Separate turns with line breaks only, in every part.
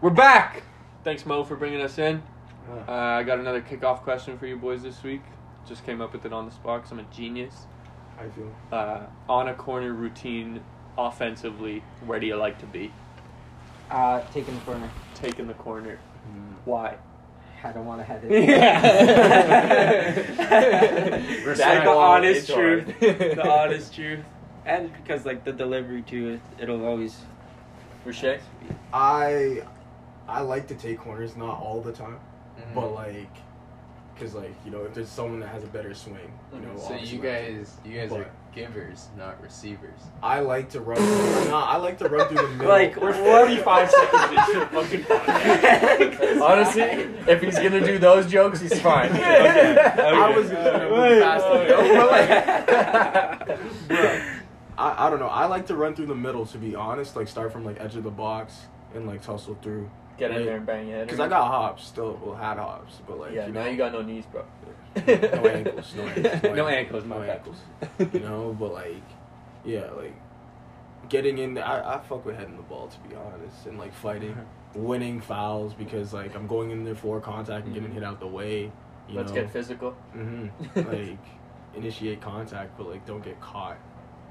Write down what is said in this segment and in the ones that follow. We're back. Thanks, Mo, for bringing us in. Uh, I got another kickoff question for you boys this week. Just came up with it on the spot 'cause I'm a genius.
I feel.
Uh, on a corner routine, offensively, where do you like to be?
Uh, taking the corner.
Taking the corner. Why?
I don't want to head it.
Yeah.
Respect.
That's the honest
It's hard.
truth. The honest truth.
And because like the delivery too, it- it'll always.
Rashay?
I I like to take corners, not all the time,
Mm-hmm.
Mm-hmm.
but like, cause like you know if there's someone that has a better swing, you know.
So
obviously,
you guys, you guys are
But-
givers, not receivers.
I like to run. Through, nah, I like to run through the middle.
Like,
We're
what?
45 seconds into fucking
Honestly, if he's gonna do those jokes, he's fine.
I was gonna move past it, but like, bruh, I, I don't know. I like to run through the middle, to be honest. Like start from like edge of the box and like tussle through.
Get in there and bang your head.
Cause I got hops still, well had hops, but like
yeah,
you know,
now you got no knees, bro.
no ankles, no ankles,
No ankles, my
no
bad.
ankles. You know, but like, yeah, like getting in. I I fuck with heading the ball to be honest, and like fighting, winning fouls because like I'm going in there for contact and getting hit out the way. You
Let's
know?
get physical.
hmm like initiate contact, but like don't get caught.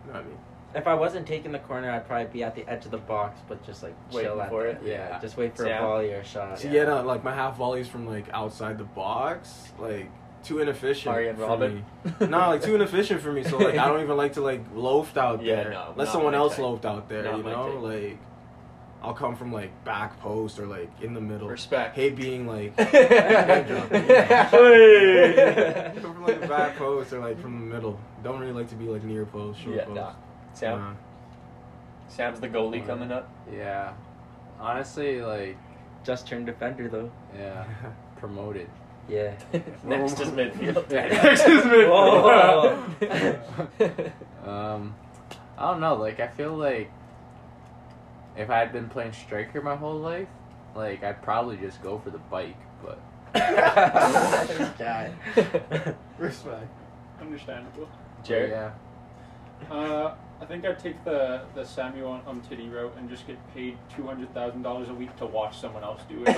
You know what I mean?
If I wasn't taking the corner, I'd probably be at the edge of the box, but just like
Waiting
chill at
for
the-
it?
Yeah, just wait for
Yeah.
a volley or a shot.
So yeah, no, like my half volleys from like outside the box, like too inefficient.
Arian
for
Robin.
me. no, like too inefficient for me. So like I don't even like to like loaf out
Yeah,
there.
no,
Let
not
someone
my
else
type.
loaf out there.
Not
you
my
know,
type.
like I'll come from like back post or like in the middle.
Respect.
Hate being like
Hey.
come from like the back post or like from the middle. Don't really like to be like near post, short
Yeah,
post.
nah. Sam,
Nah.
Sam's the goalie coming up.
Yeah. Honestly, like,
Just turned defender though.
yeah, promoted.
Yeah.
Next is midfield.
Yeah, next is
midfield.
Um, I don't know. Like, I feel like if I had been playing striker my whole life, like I'd probably just go for the bike. But
This guy.
Respect.
Understandable.
Jared?
yeah,
Uh, I think I'd take the, the Samuel Umtiti route and just get paid $200,000 a week to watch someone else do it.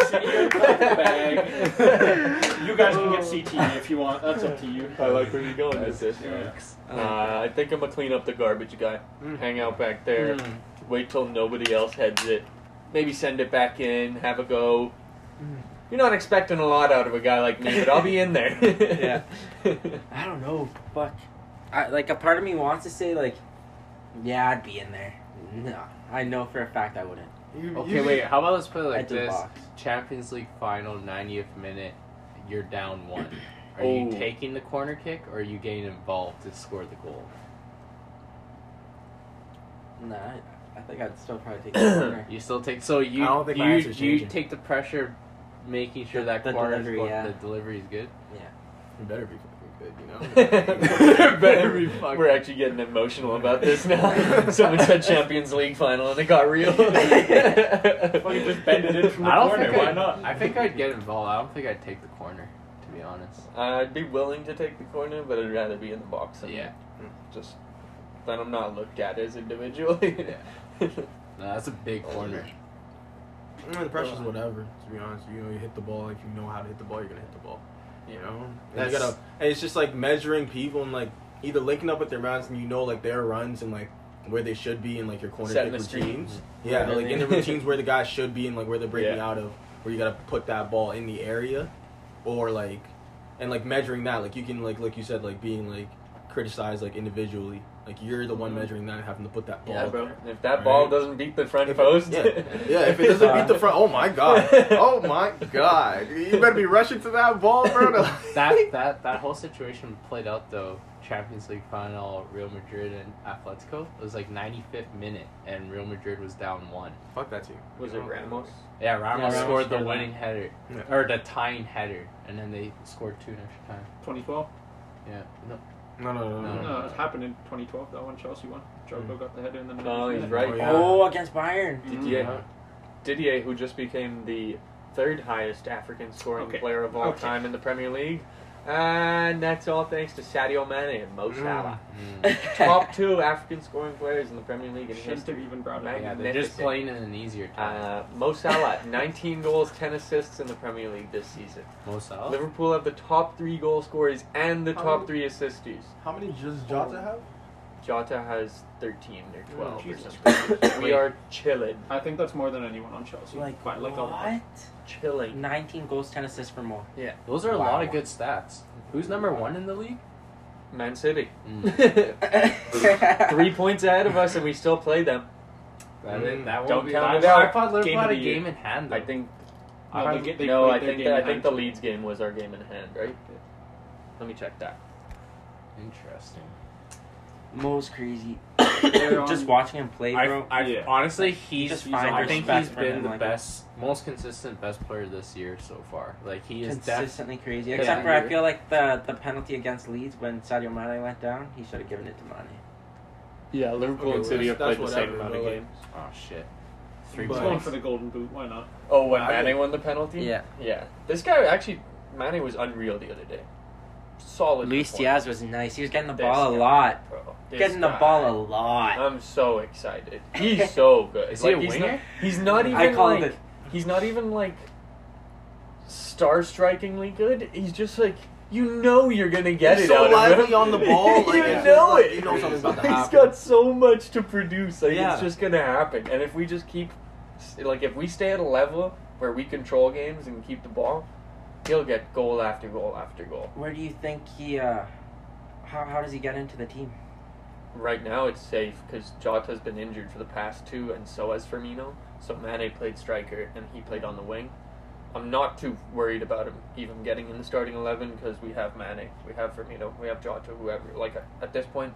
Sit here with the bag. You guys can get CTE if you want. That's up to you.
I like where you're going with this.
Yeah.
Uh, I think I'm gonna clean up the garbage guy.
Mm.
Hang out back there.
Mm.
Wait till nobody else heads it. Maybe send it back in. Have a go.
Hmm.
You're not expecting a lot out of a guy like me, but I'll be in there.
Yeah. I don't know. Fuck. I, like a part of me wants to say like, yeah, I'd be in there. No, I know for a fact I wouldn't.
You-
Okay,
you-
wait. How about let's put it like
Edge of the
this:
box.
Champions League final, 90th minute. You're down one. Are
Oh.
you taking the corner kick, or are you getting involved to score the goal?
Nah, I, I think I'd still probably take the corner.
You still take. So you
I don't think my
you
answer's
you
changing.
take the pressure, making sure
The-
that
the
corner
delivery,
score-
yeah.
the delivery is good.
You better be fucking good, you know.
Better
be fucking-
We're actually getting emotional about this now. Someone said Champions League final and it got real.
Fucking just bend it in from the
I don't
corner.
think
Why
I'd-
not?
I think I'd get involved. I don't think I'd take the corner, to be honest.
I'd be willing to take the corner, but I'd rather be in the box.
So
and
yeah,
Just then I'm not looked at as individually.
no, that's a big
Oh,
corner.
I mean, the pressure's whatever. To be honest, you know, you hit the ball. If you know how to hit the ball, you're gonna hit the ball. You know, And
That's-
you gotta. And it's just like measuring people and like either linking up with their runs and you know like their runs and like where they should be and like your corner
Setting
kick
the screen. Mm-hmm.
routines. Yeah, like in the routines where the guy should be and like where they're breaking
Yeah.
out of, where you gotta put that ball in the area, or like, and like measuring that. Like you can like like you said like being like criticized like individually. Like you're the one measuring that and having to put that ball.
Mm-hmm. Yeah, bro.
there.
If that ball
Right.
doesn't beat the front
If it-
post,
yeah, yeah. If it doesn't beat the front, oh my god, oh my god, you better be rushing to that ball, bro. to-
That that that whole situation played out though. Champions League final, Real Madrid and Atletico. It was like 95th minute, and Real Madrid was down one.
Fuck that team.
was it Ramos?
Yeah, Ramos,
Ramos
scored the
scored
winning header
Yeah.
or the tying header, and then they scored two in extra time.
2012?
Yeah, no,
No, no, no,
No,
no.
no, it happened in 2012. That one Chelsea one.
Mm.
Joko got the header in the middle.
Oh, he's
Yeah.
right.
Oh, yeah.
Oh, against Bayern.
Mhm.
Yeah. Didier, who just became the third highest African scoring
Okay.
player of all
Okay.
time in the Premier League, And that's all thanks to Sadio Mane and Mo Salah.
Mm.
Top two African scoring players in the Premier League in
Shouldn't
history.
have even brought it
Right.
up.
Yeah, they're
Magnificent.
just playing in an easier time.
Uh, Mo Salah, 19 goals, 10 assists in the Premier League this season.
Mo Salah?
Uh, Liverpool have the top three goal scorers and the
How
top
many-
three assisters.
How many does Jota have?
Jota has 13 or 12 or
Jesus
something. we
Wait.
are chilling.
I think that's more than anyone on Chelsea.
Like,
by like a lot.
what?
Chilling.
19 goals, 10 assists for more.
Those are a
Wow.
lot of good stats. Who's number one in the league?
Man City.
Mm.
Three points ahead of us, and we still play them.
That,
Mm.
that won't
Don't
be-
count it
I- I
out.
thought
Game
Liverpool
of
had a
the year.
game in hand.
I
though.
think
No,
I
they
was-
get- they
no,
played
I
their
think
game
that, I
in
think the
hand.
Leeds game was our game in hand, right? Let me check that.
Interesting.
Mo's crazy.
They're on-
just watching him play,
I,
bro.
I
yeah.
honestly, he's.
Just find
I think
respect
he's
for
been
him,
the
like-
best, most consistent best player this year so far. Like he is definitely.
consistently crazy.
Yeah,
Except for I
you're-
feel like the the penalty against Leeds when Sadio Mane went down, he should have given it to Mane.
Yeah, Liverpool
Okay, that's- that's whatever, but, like,
Oh shit! Three
He's
But-
going
points.
for the golden boot. Why not?
Oh, when
I
Mane
get-
won the penalty?
Yeah.
Yeah. This guy actually, Mane was unreal the other day. Solid.
Luis
performance,
Diaz was nice. He was getting the
Oh, This
ball
guy.
a lot.
bro. This
getting the
guy.
ball a lot.
I'm so excited. He's so good.
Is he a
Like, he's
winger?
Not, he's not even
I called
like
it.
he's not even like star strikingly good. He's just like you know you're gonna get
He's
it
so
out of
lively
him.
on the ball, like,
you
it's
know
just like
it.
you know something's about to
he's
happen.
got so much to produce. Like
Yeah.
it's just gonna happen. And if we just keep like if we stay at a level where we control games and keep the ball, he'll get goal after goal after goal.
Where do you think he? uh How how does he get into the team?
Right now it's safe because Jota's been injured for the past two, and so has Firmino. So Mane played striker and he played on the wing. I'm not too worried about him even getting in the starting eleven because we have Mane, we have Firmino, we have Jota, whoever. Like at this point,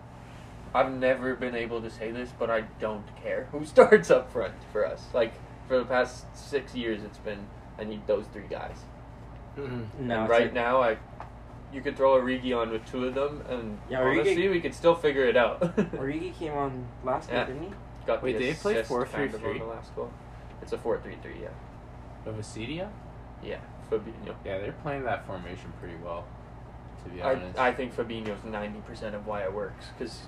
I've never been able to say this, but I don't care who starts up front for us. Like for the past six years, it's been I need those three guys. Mm-hmm.
No,
and right now, I you could throw Origi on with two of them, and
Yeah, Origi-
honestly, we could still figure it out.
Origi came on last
Yeah.
night, didn't he?
Got
Wait,
the
they play
assist
4-3-3?
kind of on the last goal. It's a four-three-three. Yeah,
Of Acedia?
yeah. Fabinho.
Yeah, they're playing that formation pretty well. To be honest.
I, I think Fabinho's ninety percent of why it works because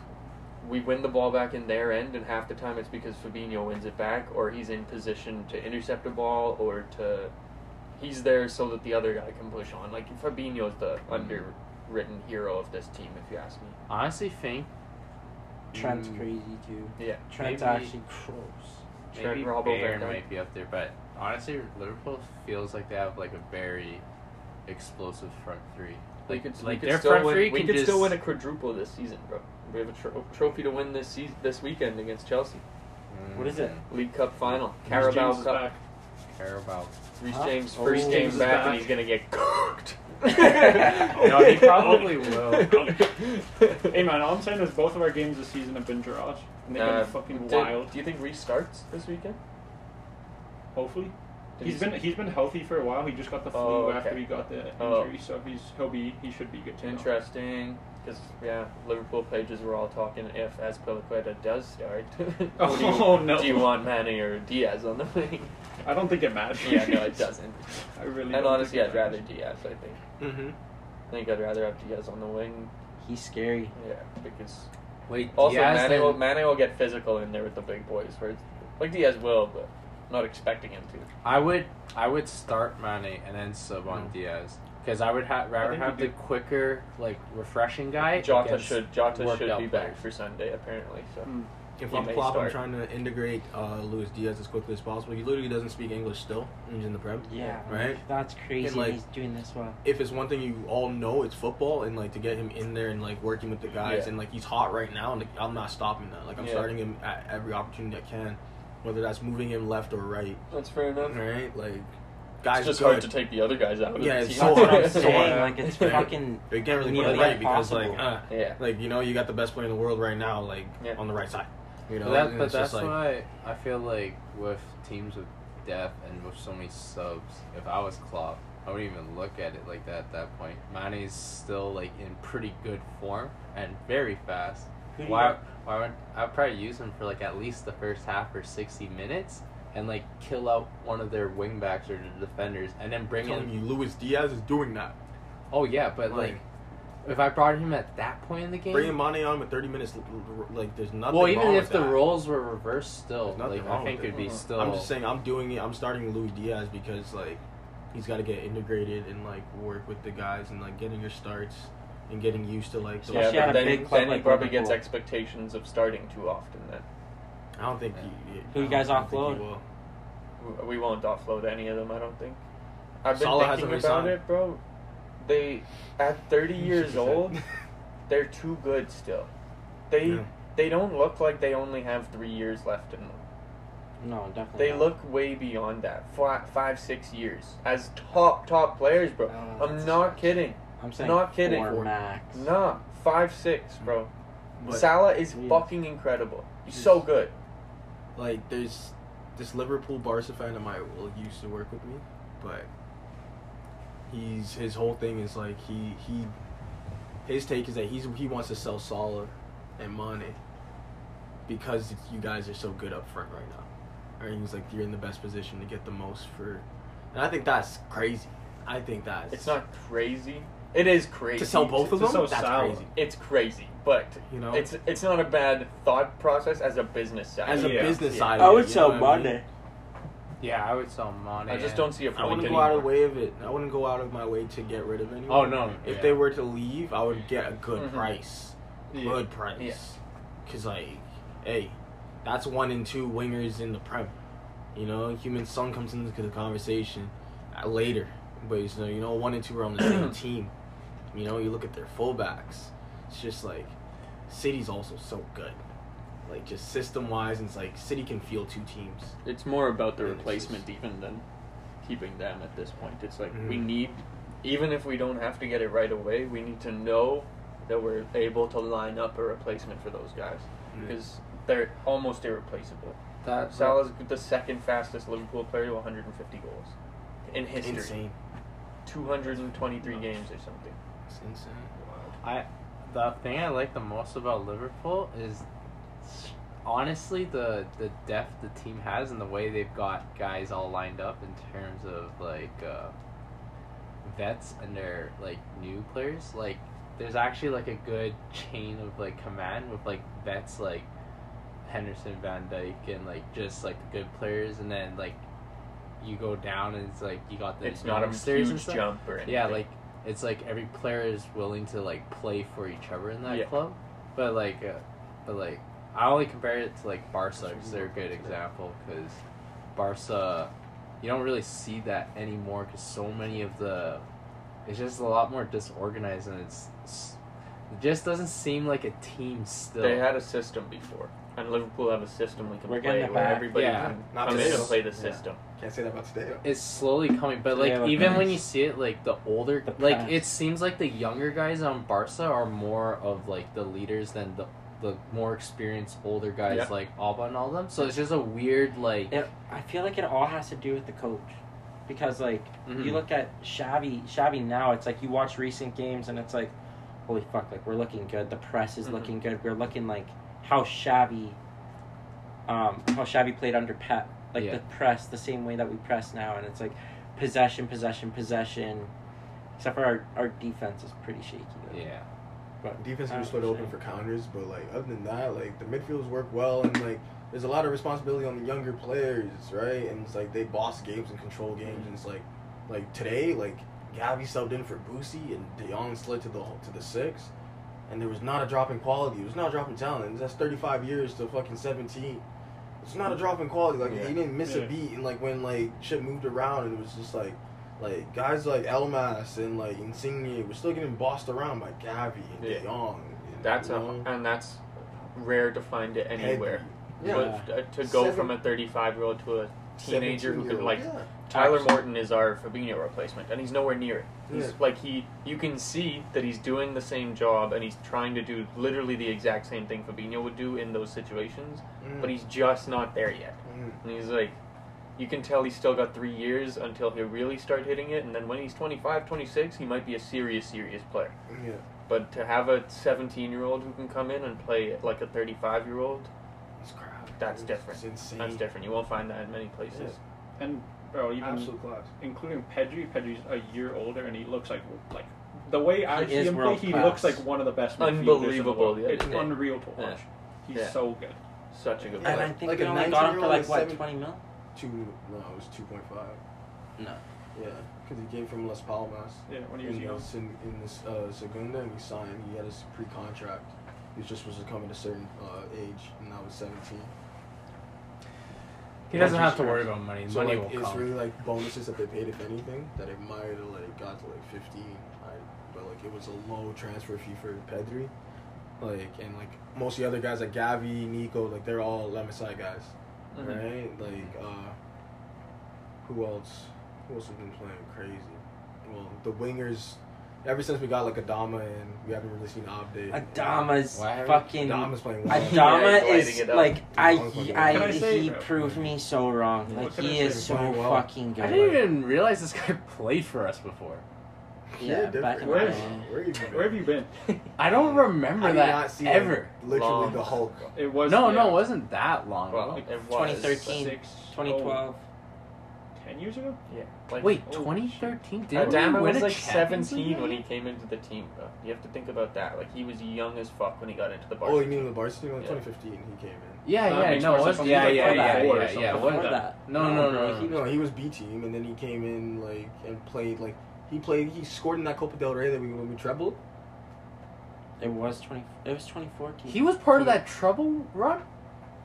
we win the ball back in their end, and half the time it's because Fabinho wins it back, or he's in position to intercept a ball, or to he's there so that the other guy can push on. Like Fabinho's the
Hmm.
underwritten hero of this team, if you ask me.
honestly think
Trent's
Mm.
crazy too.
Yeah.
Trent's
Maybe-
actually gross.
Trent,
maybe
Robbo, Van
Bayern
Dijk.
might be up there, but honestly, Liverpool feels like they have like a very explosive front three.
We
Like
could,
like
we could
their
still
front
win,
three
we
can
could
just
still win a quadruple this season, bro. We have a tro- trophy to win this season, this weekend against Chelsea.
mm,
What is it?
League Cup final,
Reece James
Carabao
is
Cup.
back.
Carabao.
Reece
Huh?
James
Oh.
first game
James is
back,
back.
and he's gonna get cooked.
No, he probably will.
Hey man, all I'm saying is both of our games this season have been draws, and they've
Uh,
been fucking
do-
wild.
Do you think Reece starts this weekend?
Hopefully,
Did
he's
he-
been he's been healthy for a while. He just got the flu
Oh, okay.
after he got the injury,
Oh.
so he's he'll be he should be good to go.
Interesting, because yeah, Liverpool pages were all talking if Azpilicueta does start.
Oh,
do you,
no.
Do you want Manny or Diaz on the wing?
I don't think it matters.
yeah, no, it doesn't.
I really.
And
don't
honestly,
think
I'd
it
rather
matters.
Diaz. I think.
Mm-hmm.
I think I'd rather have Diaz on the wing.
He's scary.
Yeah, because
Wait,
also
Diaz
Mane,
then-
will, Mane will get physical in there with the big boys. Where it's- like Diaz will, but I'm not expecting him to.
I would I would start Mane and then sub on
Hmm.
Diaz because I would ha- rather
think we
have the
do.
quicker, like refreshing guy.
Jota
against
should Jota
worked
should
out
be back
players.
for Sunday apparently. So
Hmm.
Mm.
If
He
I'm
may
Klopp,
start.
I'm trying to integrate uh, Luis Diaz as quickly as possible. He literally doesn't speak English still. and He's in the Prem.
Yeah,
Right?
That's crazy.
And, like-
he's doing this well.
If it's one thing you all know, it's football, and like to get him in there and like working with the guys,
Yeah.
and like he's hot right now, and like, I'm not stopping that. Like I'm
Yeah.
starting him at every opportunity I can, whether that's moving him left or right.
that's fair enough.
Right, like guys,
It's just
good.
hard to take the other guys out. Of
Yeah,
the
it's
team.
so
That's what I'm
hard.
saying. Like it's
Yeah.
fucking.
They can't really put
Nearly
it right because like
impossible.
uh,
yeah,
like you know you got the best player in the world right now like
Yeah.
on the right side. You know,
But, that,
and
but
it's
that's
just like
why I feel like with teams with depth and with so many subs, if I was Klopp, I wouldn't even look at it like that at that point. Mane's still like in pretty good form and very fast.
Who do you
Why? Why would I'd probably use him for like at least the first half or sixty minutes and like kill out one of their wingbacks or the defenders and then bring
telling
in
you Luis Diaz is doing that.
Oh yeah, but
Like-
like, if I brought him at that point in the game,
Bringing Mane on with 30 minutes, l- l- like, there's nothing
well, even
wrong
if
with
the
that.
roles were reversed, still,
There's nothing
like
wrong
I think
with it.
it'd be
Mhm.
still.
I'm just saying, I'm doing it. I'm starting Luis Diaz because like he's got to get integrated and like work with the guys and like getting your starts and getting used to like.
Yeah,
Especially at
but
a
then,
big club
then he
like
probably gets
Liverpool.
expectations of starting too often. Then
I don't think he.
Who you
I don't
guys
think he
offload?
will.
W- we won't offload any of them. I don't think. I've been
Salah
thinking
hasn't
about
resigned.
it, bro. They at 30 years old, they're too good still. They
Yeah.
they don't look like they only have three years left in them.
No, definitely.
They
not.
look way beyond that. Five, five six years as top top players, bro.
No,
I'm
that's-
not kidding.
I'm saying
not kidding.
Four max.
Nah, five six, bro.
But,
Salah is
Yes.
fucking incredible. He's so
Yes.
good.
like, there's this Liverpool Barca fan of mine will used to work with me, but he's his whole thing is like he he his take is that he's he wants to sell Salah and Mane because you guys are so good up front right now. And he's like, you're in the best position to get the most for, and I think that's crazy. I think that's
It's not crazy. It is crazy
to sell both of
to
them.
sell
that's
Salah.
crazy.
It's crazy, but
You know,
it's it's not a bad thought process as a business side.
as a
Yeah.
business
Yeah.
side,
I
of
would
it, you
sell
know what I mean?
Monday.
yeah, I would sell Mane.
I just
and-
don't see a
I
point.
wouldn't go
anymore.
out of the way of it. I wouldn't go out of my way to get rid of anyone.
Oh no!
If
yeah.
they were to leave, I would get a good
Mhm.
price.
Yeah.
Good price.
Yeah.
Cause like, hey, that's one and two wingers in the prem. You know, human son comes into the conversation uh, later, but you know, you know, one and two are on the same team. You know, you look at their fullbacks. It's just like, City's also so good. Like just system wise, and it's like City can field two teams.
It's more about the
Yeah, it's
replacement even than keeping them at this point. It's like we
Mhm.
need, even if we don't have to get it right away, we need to know that we're able to line up a replacement for those guys because they're almost irreplaceable.
that
Salah's the second fastest Liverpool player to 150 goals in history.
insane.
223 games or something.
It's insane.
The thing I like the most about Liverpool is honestly the the depth the team has and the way they've got guys all lined up in terms of like uh, vets and their like new players. Like there's actually like a good chain of like command with like vets like Henderson, Van Dyke, and like just like good players, and then like you go down and it's like you got the
it's not a
youngsters and
huge
stuff.
jump or anything.
Yeah, like it's like every player is willing to like play for each other in that
Yeah.
club, but like, uh, but like I only compare it to like Barca because they're a good example because Barca, you don't really see that anymore because so many of the, it's just a lot more disorganized and it's, it's- it just doesn't seem like a team still.
they had a system before, and Liverpool have a system we can
We're
play
getting it
where
back.
everybody
Yeah.
can
Not
come in
this-
and play the
yeah.
system.
Can't say that about today.
it's slowly coming, but
They
like
look
even when
nice.
you see it, like the older,
The
like
past.
it seems like the younger guys on Barca are more of like the leaders than the the more experienced older guys
Yeah.
like Alba and all them. So it's just a weird like.
It, I feel like it all has to do with the coach, because like
Mhm.
you look at Xavi, Xavi now, it's like you watch recent games and it's like, holy fuck, like we're looking good. The press is
Mm-hmm.
Mhm.
looking good. We're looking like how Xavi, um, how Xavi played under Pep, like
Yeah.
the press the same way that we press now, and it's like possession, possession, possession. Except for our, our defense is pretty shaky. Though.
yeah,
Defense
Oh,
was sort of open for
shit.
counters, but like other than that, like the midfielders work well, and like there's a lot of responsibility on the younger players, right? And it's like they boss games and control games, and it's like, like today, like Gavi subbed in for Boosie, and De Jong slid to the to the six, and there was not a drop in quality. It was not a drop in talent. That's 35 years to fucking 17. It's not a drop in quality. Like
Yeah.
he didn't miss
Yeah.
a beat, and like when like shit moved around, and it was just like. Like guys like Elmas and like Insigne were still getting bossed around by Gavi and
Yeah.
De Jong.
That's
you
a,
know?
and that's rare to find it anywhere.
Yeah.
But, uh, to go
Seven-
from a 35 year old to a teenager who could
17-year-old,
like
yeah.
Tyler
Absolutely.
Morton is our Fabinho replacement, and he's nowhere near it. He's
Yeah.
like he, you can see that he's doing the same job, and he's trying to do literally the exact same thing Fabinho would do in those situations,
Mm,
but he's just not there yet.
mm.
And he's like, you can tell he's still got three years until he'll really start hitting it, and then when he's 25, 26, he might be a serious, serious player.
mm, yeah.
But to have a 17 year old who can come in and play like a 35 year old,
It's crap.
That's
It's
different.
insane.
that's different. You won't find that in many places.
And bro, even
Absolute class.
including Pedri, Pedri's a year older and he looks like like the way I
He
see
is
him play, he
world-class.
looks like one of the best. midfielders in the
Unbelievable
world.
the other
It's
day.
unreal to watch.
Yeah.
He's
Yeah.
so good.
Such a good
And I
player.
think
Like
we
a
only got him for
19-year-old
like
is
what,
seven-
twenty mil?
Two, no, it was 2.5.
No.
Yeah, because he came from Las Palmas.
Yeah, when he was
in,
young.
the, in, in this uh, Segunda, and he signed. He had his pre-contract. He just was coming to a certain uh, age, and I was seventeen.
He doesn't have to worry about money.
So
money
like,
will
it's
come.
really like bonuses that they paid, if anything, that it might have like got to like fifteen. I, but like it was a low transfer fee for Pedri, like and like most of the other guys like Gavi, Nico, like they're all Lemesai guys,
Mm-hmm.
Mhm.
right? Like uh, who else? Who else has been playing crazy? Well, the wingers. Ever since we got like Adama and we haven't really seen Abde.
Adama's
Why haven't-
fucking.
Adama's playing well.
Yeah,
Adama
he's lighting
is
it up.
like I,
Can
I,
I say,
he
bro?
proved me so wrong.
What
Like
can I
he
say?
is so
Playing well.
fucking good.
I didn't even realize this guy played for us before.
yeah, back in
Where
the
is
day.
he?
Where have you been?
Where have you been?
I don't remember
I did
that
not see like,
ever.
literally
Long.
the Hulk.
It was uh,
no,
yeah,
no, it wasn't that long
Well,
ago.
it was
2013.
six,
2012.
oh, ten years ago.
Yeah. Like,
Wait,
oh,
2013? Did
Adama
we win
was
a
like
Champions
17
League?
when he came into the team, bro. You have to think about that. Like he was young as fuck when he got into the Barca.
Oh, you mean the varsity? Well,
Yeah.
2015 he came in.
Yeah,
That
yeah,
makes
no,
more
it was,
sense.
yeah,
He's
yeah,
like
yeah,
forty-four or
yeah,
something.
yeah.
Before
What the?
that,
No, no, no,
He,
no.
no, he was B team, and then he came in like and played like he played. He scored in that Copa del Rey that we when we trebled.
it was twenty. It was twenty fourteen.
He was part of that trouble run.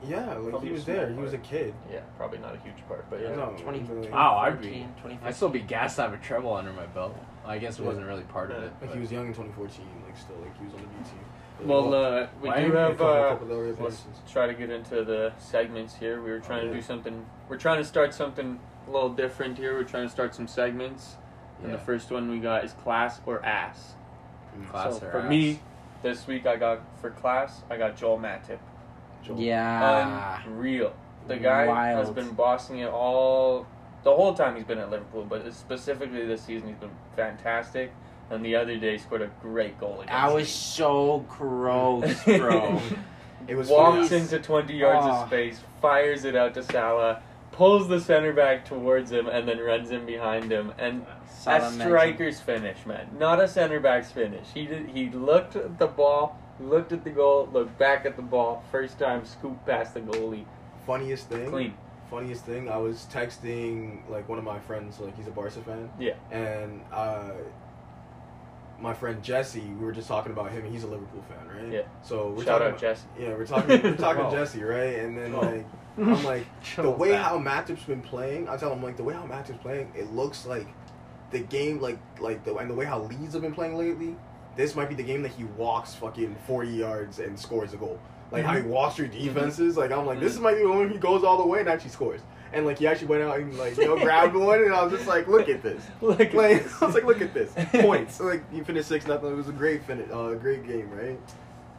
Yeah, like
Probably
he was
small
there. He was a
part.
kid.
Yeah, probably not a huge part, but yeah.
No,
20,
really.
Wow, I'd
2014, 2015.
I'd still be gassed to have a treble under my belt. I guess it
Yeah.
wasn't really part of it.
Like
but-
he was young in 2014. Like still, like he was on the B team. Like,
Well, uh, we
Why
do
are
have.
couple-
Uh,
couple of other
let's
places.
try to get into the segments here. We were trying
yeah.
to do something. We're trying to start something a little different here. We're trying to start some segments, and the
Yeah.
first one we got is class or ass.
Class
so
or
for
ass.
me, this week I got for class I got Joel Matip.
Joel.
Yeah.
Unreal. Um, The guy has
Ah. Wild.
been bossing it all the whole time he's been at Liverpool, but specifically this season he's been fantastic. And the other day scored a great goal against.
I was so gross, bro.
It was
walks
funny.
into 20 yards
Ah.
of space, fires it out to Salah, pulls the center back towards him, and then runs in behind him. And
Salah
a
mentioned-
striker's finish, man, not a center back's finish. He did, he looked at the ball, looked at the goal, looked back at the ball. First time, scoop past the goalie,
funniest thing.
clean.
Funniest thing. I was texting like one of my friends. Like he's a Barca fan.
Yeah.
And uh, my friend Jesse, we were just talking about him. and He's a Liverpool fan, right?
Yeah.
So we're
Shout
talking
out, Jess.
Yeah, we're talking we're talking
Whoa.
to Jesse, right? And then
Whoa.
like I'm like the way
Back.
how Matip's been playing, I tell him like the way how Matip's playing, it looks like the game like like the and the way how Leeds have been playing lately, this might be the game that he walks fucking forty yards and scores a goal. Like how he walks through defenses, like I'm like this might be the one he goes all the way and actually scores. And like he actually went out and like you know grabbed one and I was just like look at this.
Look at
Like
this.
I was like look at this points. Like you finished six nothing. It was a great finish, uh, great game, right?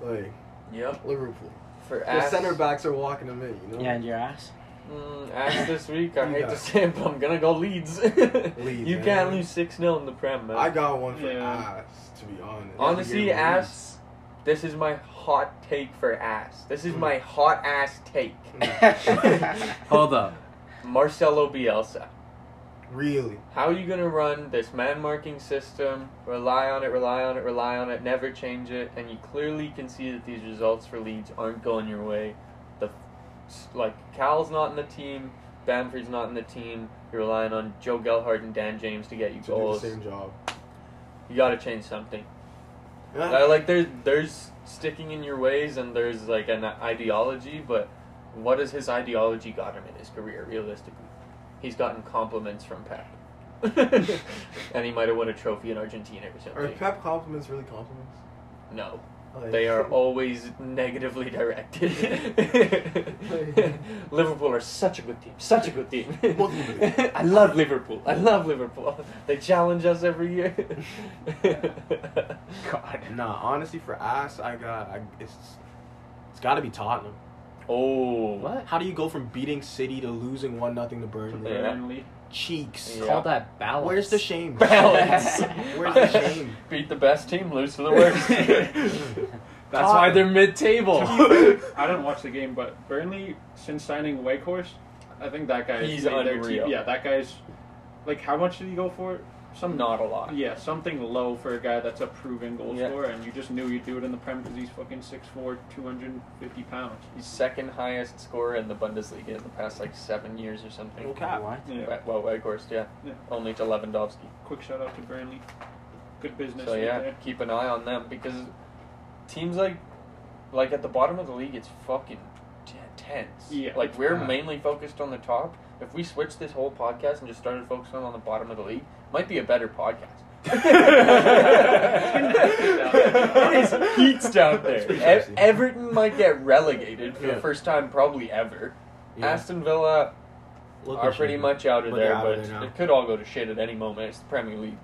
Like
Yep.
Liverpool.
For
The
ass,
center backs are walking them in, you know?
Yeah, and your ass.
Mm, ass this week, I
You
hate
got
to
it.
say it, but I'm gonna go Leeds. you
man.
can't lose 6 0 in the Prem, man.
I got one for
Yeah.
ass, to be honest.
Honestly,
Yeah,
ass. This is my hot take for ass. This is
Mm.
my hot ass take.
Hold up.
Marcelo Bielsa.
Really?
How are you gonna run this man marking system? Rely on it, rely on it, rely on it, never change it, and you clearly can see that these results for Leeds aren't going your way. The like Cal's not in the team, Bamford's not in the team. You're relying on Joe Gelhardt and Dan James to get you
To
goals.
do the same job.
You gotta change something.
Yeah.
Uh, like there's there's sticking in your ways and there's like an ideology, but what has his ideology got him in his career? Realistically, he's gotten compliments from Pep, and he might have won a trophy in Argentina or
Are
something.
Pep Oh, compliments really compliments?
no,
Like-
they are always negatively directed. Liverpool are such a good team, such a good team.
Unbelievable.
I love Liverpool. I love Liverpool. They challenge us every year.
God.
Nah, honestly, for ass, I got. I, it's It's gotta be Tottenham.
oh,
What?
How do you go from beating City to losing 1 nothing to Burnley?
Yeah.
Burnley.
Cheeks.
Yeah.
Call that balance.
Where's the shame?
balance.
Where's the shame?
Beat the best team, lose to the worst.
That's why they're mid-table.
I didn't watch the game, but Burnley since signing Wakehorse, I think that guy.
He's
made their team-
unreal.
Yeah, that guy's. Like, how much did he go for?
some not a lot.
Yeah, something low for a guy that's a proven goal
Yeah.
scorer, and you just knew you'd do it in the Prem because he's fucking 6'4", 250 pounds.
He's second highest scorer in the Bundesliga in the past like seven years or something.
No cap.
What?
Yeah.
Wa- Well, Weghorst, yeah.
Yeah.
Only to Lewandowski.
Quick shout out to Burnley. Good business.
So
right
yeah,
there.
keep an eye on them because teams like like at the bottom of the league, it's fucking t- tense.
Yeah.
Like we're
Yeah.
mainly focused on the top. If we switched this whole podcast and just started focusing on the bottom of the league, might be a better podcast. it is heats down there.
That's
E- Everton might get relegated for
Yeah.
the first time probably ever. Aston Villa
Look
are
at
pretty
you.
much out of
But
there,
they're out
but
of there now.
it could all go to shit at any moment. It's the Premier League.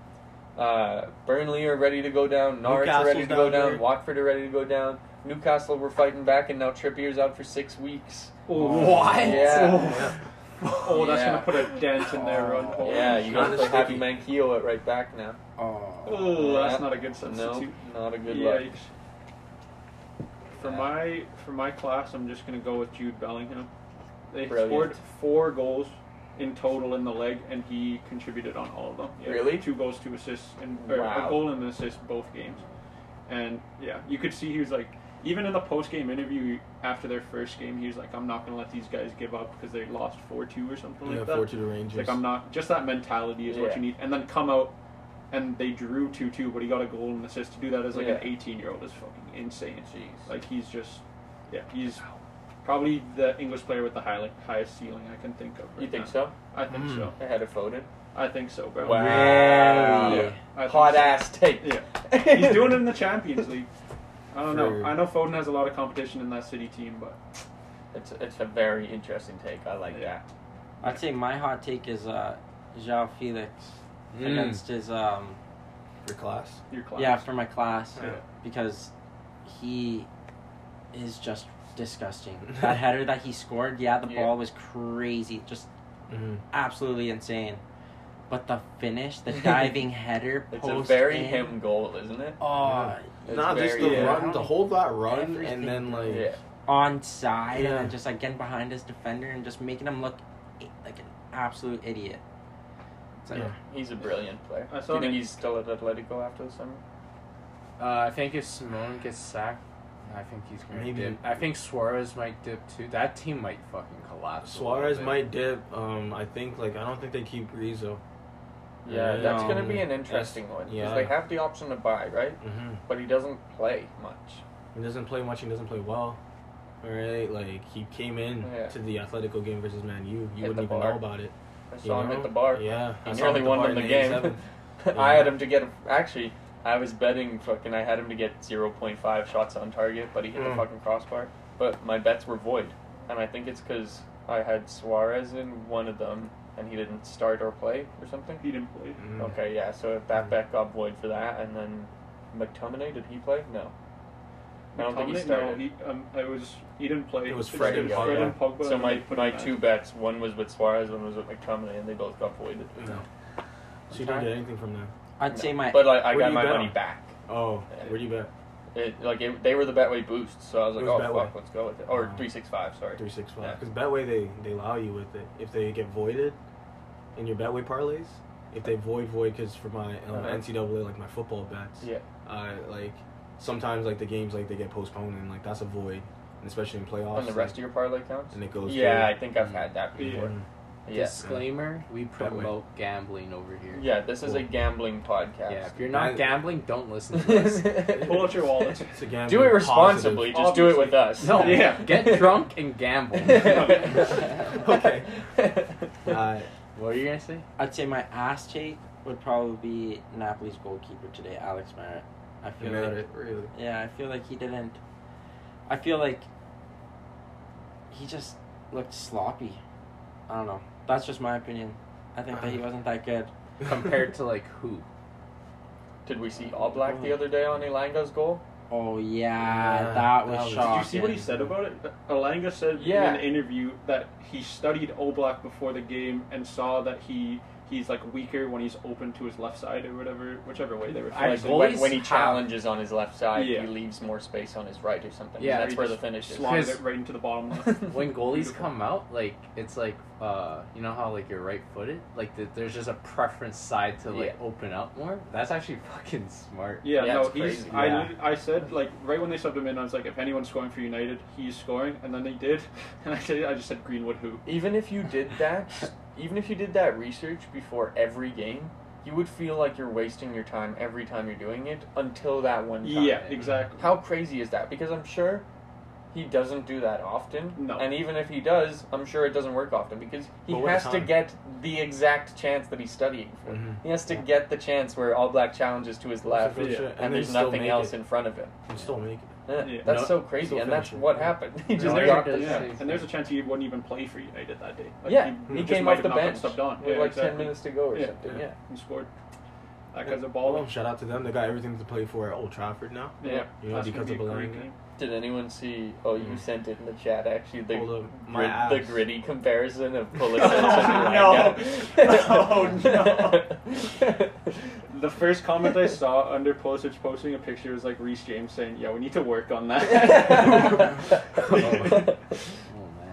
Uh, Burnley are ready to go down. Norwich are ready to
Newcastle's
go
down
down.
there.
Watford are ready to go down. Newcastle were fighting back, and now Trippier's out for six weeks.
What?
Yeah.
Oh, that's
Yeah.
gonna put a dent in their run.
Oh.
Yeah, you got to play
Honestly.
Happy Mankio at right back now.
Oh.
Oh, that's
Yeah.
not a good
So
substitute.
no, not a good look.
Yikes. For
Yeah.
my for my class, I'm just gonna go with Jude Bellingham. They
Brilliant.
scored four goals in total in the leg, and he contributed on all of them. Yeah,
Really?
Two goals, two assists, and or
Wow.
a goal and an assist both games. And yeah, you could see he was like, even in the post game interview after their first game, he was like, "I'm not gonna let these guys give up because they lost four two or something
Yeah,
like that."
four to the Rangers.
Like I'm not just that mentality is what
Yeah.
you need, and then come out and they drew two two, but he got a goal and an assist to do that as like
Yeah.
an 18 year old is fucking insane.
Jeez.
Like he's just, yeah, he's probably the English player with the high, highest ceiling I can think of. Right
You think
now.
so?
I think
Mm.
so.
Ahead of Foden.
I think so, bro.
Wow.
Yeah,
Really?
I think
Hot
so.
ass take.
Yeah, he's doing it in the Champions League. I don't know.
True.
I know Foden has a lot of competition in that City team, but
It's it's a very interesting take. I like
Yeah.
that.
I'd say my hot take is uh, João Felix
Mm.
against his um
Mm.
your class.
your class.
yeah for my class
Yeah.
because he is just disgusting. that header that he scored, yeah, the
Yeah.
ball was crazy, just
Mm-hmm.
absolutely insane. But the finish, the diving header,
It's a
post
very
in,
him goal, isn't it?
Oh,
It's
Nah, just
very-
the
yeah.
run, to hold that run, and
Everything.
then like
Yeah.
on side
Yeah.
and then just like getting behind his defender and just making him look i- like an absolute idiot. It's like,
Yeah.
He's a brilliant player.
I
I
saw
Do you think
that-
he's still at Atletico after the summer?
Uh, I think if Simone gets sacked, I think he's gonna
Maybe.
dip. I think Suarez might dip too. That team might fucking collapse. a little
Suarez
bit.
might dip. Um, I think like I don't think they keep Rizzo.
Yeah,
Yeah.
that's going to
Um,
be an interesting one because
yeah.
they have the option to buy, right?
Mm-hmm.
But he doesn't play much.
He doesn't play much. He doesn't play well. All right, like he came in
Yeah.
to the Atletico game versus Man U. You
Hit the
wouldn't even
bar.
know about it.
I
you
saw him
know?
at the bar.
Yeah,
He
I saw
nearly
him at the
won
bar
them
in
the game.
87.
I
Yeah.
had him to get actually. I was betting fucking. I had him to get zero point five shots on target, but he hit the
Mm.
fucking crossbar. But my bets were void, and I think it's because I had Suarez in one of them, and he didn't start or play or something.
He didn't play.
Mm.
Okay, yeah. So that bet got void for that, and then McTominay did he play? No. I don't think he
McTominay,
started.
No, he, um, it was he didn't play.
It was
It's
Fred
and
just Fred
Pogba.
and Pogba.
So
and
my
they put
my
him in.
two bets, one was with Suarez, one was with McTominay, and they both got voided.
No, so you didn't get anything from that.
I'd say my
But like, I
Where do
got
you
my
bet
money
on?
back.
Oh, where do you bet?
It, like it, they were the Betway boost, so I was like,
It was
oh
Betway.
fuck, let's go with it. Or
Oh.
three six five, sorry.
Three six
Yeah.
five. Because Betway they they allow you with it. If they get voided, in your Betway parlays, if they void void, because for my um,
Uh-huh.
NCAA like my football bets,
Yeah.
uh, like sometimes like the games like they get postponed and like that's a void, and especially in playoffs.
And the rest of your parlay counts.
and it goes.
Yeah, I
through.
think I've had that
Yeah.
before. Yes.
Disclaimer: We promote gambling over here.
Yeah, this is a
Cool.
gambling
Yeah,
podcast.
if you're not
I-
gambling, don't listen to us.
Pull
do
out your wallets.
It's a gambling
it responsibly.
positive.
Just do it with us.
No,
Yeah.
get drunk and gamble.
Okay. Uh,
what are you gonna say?
I'd say my ass take would probably be Napoli's goalkeeper today, Alex Merritt. I feel like
Merit, really.
yeah, I feel like he didn't. I feel like he just looked sloppy. I don't know. That's just my opinion. I think that he wasn't that good.
Compared to like who?
Did we see All Black the other day on Elango's goal?
Oh yeah,
Yeah,
that was
that was-
shocking.
Did you see what he said about it? Alanga said
Yeah.
in an interview that he studied Oblak before the game and saw that he he's like weaker when he's open to his left side or whatever, whichever way they were.
Like
I
flexing.
when,
always
when he
have-
challenges on his left side,
Yeah.
he leaves more space on his right or something.
Yeah,
Yeah, that's
he
where the
just
finish is.
slotted
Because-
it right into the bottom left.
when goalies
Beautiful.
come out, like it's like uh, you know how like you're right footed, like th there's just a preference side to like open up more. That's actually fucking smart.
Yeah,
Yeah,
no,
it's
he's.
crazy.
I,
Yeah.
lit- I said like right when they subbed him in, I was like, if anyone's scoring for United, he's scoring, and then they did, and I said, I just said Greenwood who.
even if you did that, even if you did that research before every game, you would feel like you're wasting your time every time you're doing it until that one time.
Yeah, exactly.
How crazy is that? Because I'm sure he doesn't do that often.
No.
And even if he does, I'm sure it doesn't work often because he
But with
has to
time.
get the exact chance that he's studying for.
Mhm.
He has to
Yeah.
get the chance where All Black challenges to his left
Yeah.
and,
Finish it, then
there's
still
nothing
make
else
It.
in front of him.
And still make it.
Eh,
Yeah.
That's
No-
so crazy,
still
and that's
finish it.
what happened. He just
No,
there's-
dropped
it
it.
does
yeah,
same
and there's a
thing.
chance he wouldn't even play for United that day. Like,
Yeah,
he,
he,
just
came
might
off
have
the
not been
bench
subbed on.
with
Yeah,
like ten
exactly.
minutes to go or
Yeah.
something. Hmm. Yeah.
and scored. That guy's a
Well,
baller.
shout out to them. They got everything to play for at Old Trafford now.
Yeah.
You know,
That's
because
gonna
of
be a great
Bellingham.
game.
Did anyone see? Oh, you
Mm.
sent it in the chat. Actually, the
Hold up,
grid-
my ass.
the gritty comparison of Pulisic
No.
and Ranga.
Oh, The first comment I saw under Pulisic posting a picture was like Reese James saying, "Yeah, we need to work on that."
Oh man.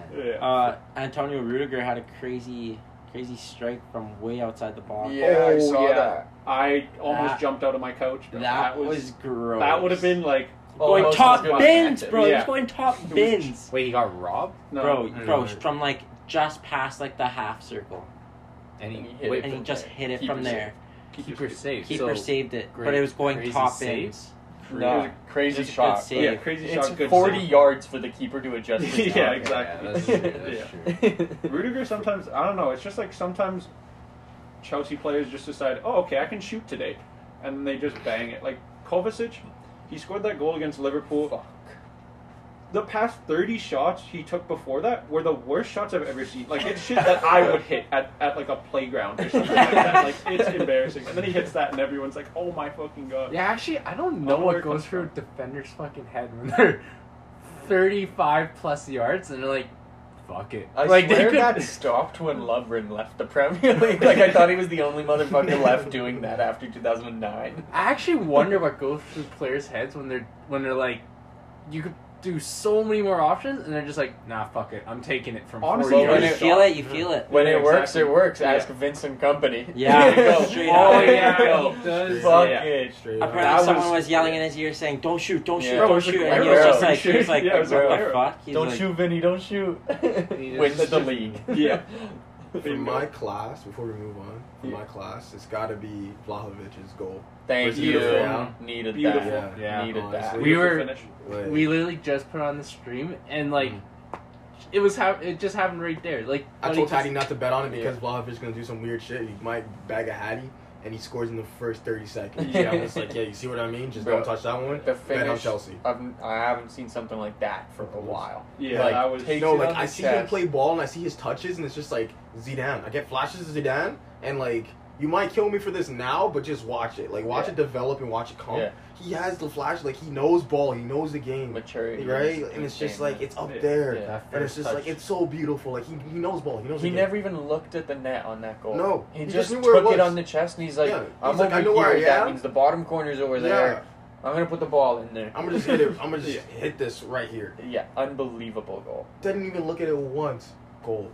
yeah.
Uh, Antonio Rudiger had a crazy, crazy strike from way outside the box.
yeah, I
Oh,
saw
yeah.
that.
I almost
That-
jumped out of my couch. bro.
That, was, gross.
that would have been like
going
Almost
top
as much
bins,
active.
bro. He
Yeah.
was going top
It was-
bins,
Wait, he got robbed,
no,
bro.
I
Bro,
know.
from like just past like the half circle,
and
And he
he
hit
wait,
it.
and he just hit it
Keeper
from
saved.
there.
keeper safe.
Keeper
so,
saved it, but
great-
it was going
crazy
top
save.
bins.
No, crazy
Just a good
shot.
save.
yeah, crazy
It's
shot. Good
forty
save.
yards for the keeper to adjust. His
Yeah,
Okay,
exactly.
Yeah, that's true. That's true.
Rudiger sometimes I don't know. It's just like sometimes Chelsea players just decide, oh, okay, I can shoot today, and they just bang it. Like Kovacic, he scored that goal against Liverpool. The past thirty shots he took before that were the worst shots I've ever seen. Like it's shit that I would hit at, at like a playground or something like that. Like it's embarrassing. And then he hits that, and everyone's like, oh my fucking god.
Yeah, actually,
I
I don't know
don't know where
what
it
goes
comes
through a defender's fucking head when they're 35 plus yards and they're like, fuck it.
I
like,
swear
could-
that stopped when Lovren left the Premier League. Like I thought he was the only motherfucker left doing that after 2009.
I actually wonder what goes through players' heads when they're when they're like, you could do so many more options and they're just like, nah, fuck it, I'm taking it from
Honestly,
40
Well, when
yards.
you
it-
feel it, you feel it.
When
Yeah,
it works, it
exactly.
works.
Yeah.
Ask Vincent Company.
Yeah,
Go.
straight
oh,
up.
yeah.
Yeah.
Fuck
Straight
Fuck
up.
it.
Straight up.
Apparently,
That
someone
was-
was yelling in his ear saying, "Don't shoot! Don't shoot!
Yeah.
Don't shoot!" And he was
Aguero.
just like, he was like,
Yeah, it was
"What
Aguero.
the fuck?" He was
Don't
like,
shoot, Vinny. Don't shoot.
He
Wins
just-
the league.
Yeah.
For my class, before we move on, for
Yeah.
my class, it's got to be Vlahovic's goal.
Thank
Was
you.
beautiful. Yeah.
Needed
Beautiful.
that.
Yeah.
Needed that.
Honestly.
We were-
Finish.
Like,
We literally just put on the stream and like, it was how it just happened right there. Like,
I
buddy
told
just-
Hattie not to bet on it because Vlahovic's going to do some weird shit. He might bag a Hattie. And he scores in the first 30 seconds.
Yeah.
Yeah, it's like, yeah, you see what I mean? Just
Bro,
don't touch that one.
The
Bet on
finish.
Chelsea.
I've, I haven't seen something like that for a while.
Yeah,
Like,
I was.
take-
No,
Takes it on
like I
the
see him
chest.
play ball and I see his touches and it's just like Zidane. I get flashes of Zidane and like you might kill me for this now, but just watch it. Like watch
Yeah.
it develop and watch it come.
Yeah.
He has the flash. Like he knows ball. He knows the game.
Maturity.
Right,
is
and it's
insane,
just like
man.
it's up
Yeah.
there,
Yeah.
That
and it's
first
just like
touch.
it's so beautiful. Like he, he knows ball, he knows.
He
the
never even looked at the net on that goal.
No,
he,
he just
just,
knew where it
took it,
was.
on the chest, and he's like,
Yeah,
"I'm
he's like,
over
I know
here.
where I
that
am."
means the bottom corner's over
game.
there. I'm gonna put the ball in there."
Yeah, I'm gonna just hit it. I'm gonna just hit this right here.
Yeah, unbelievable goal.
Didn't even look at it once. Goal.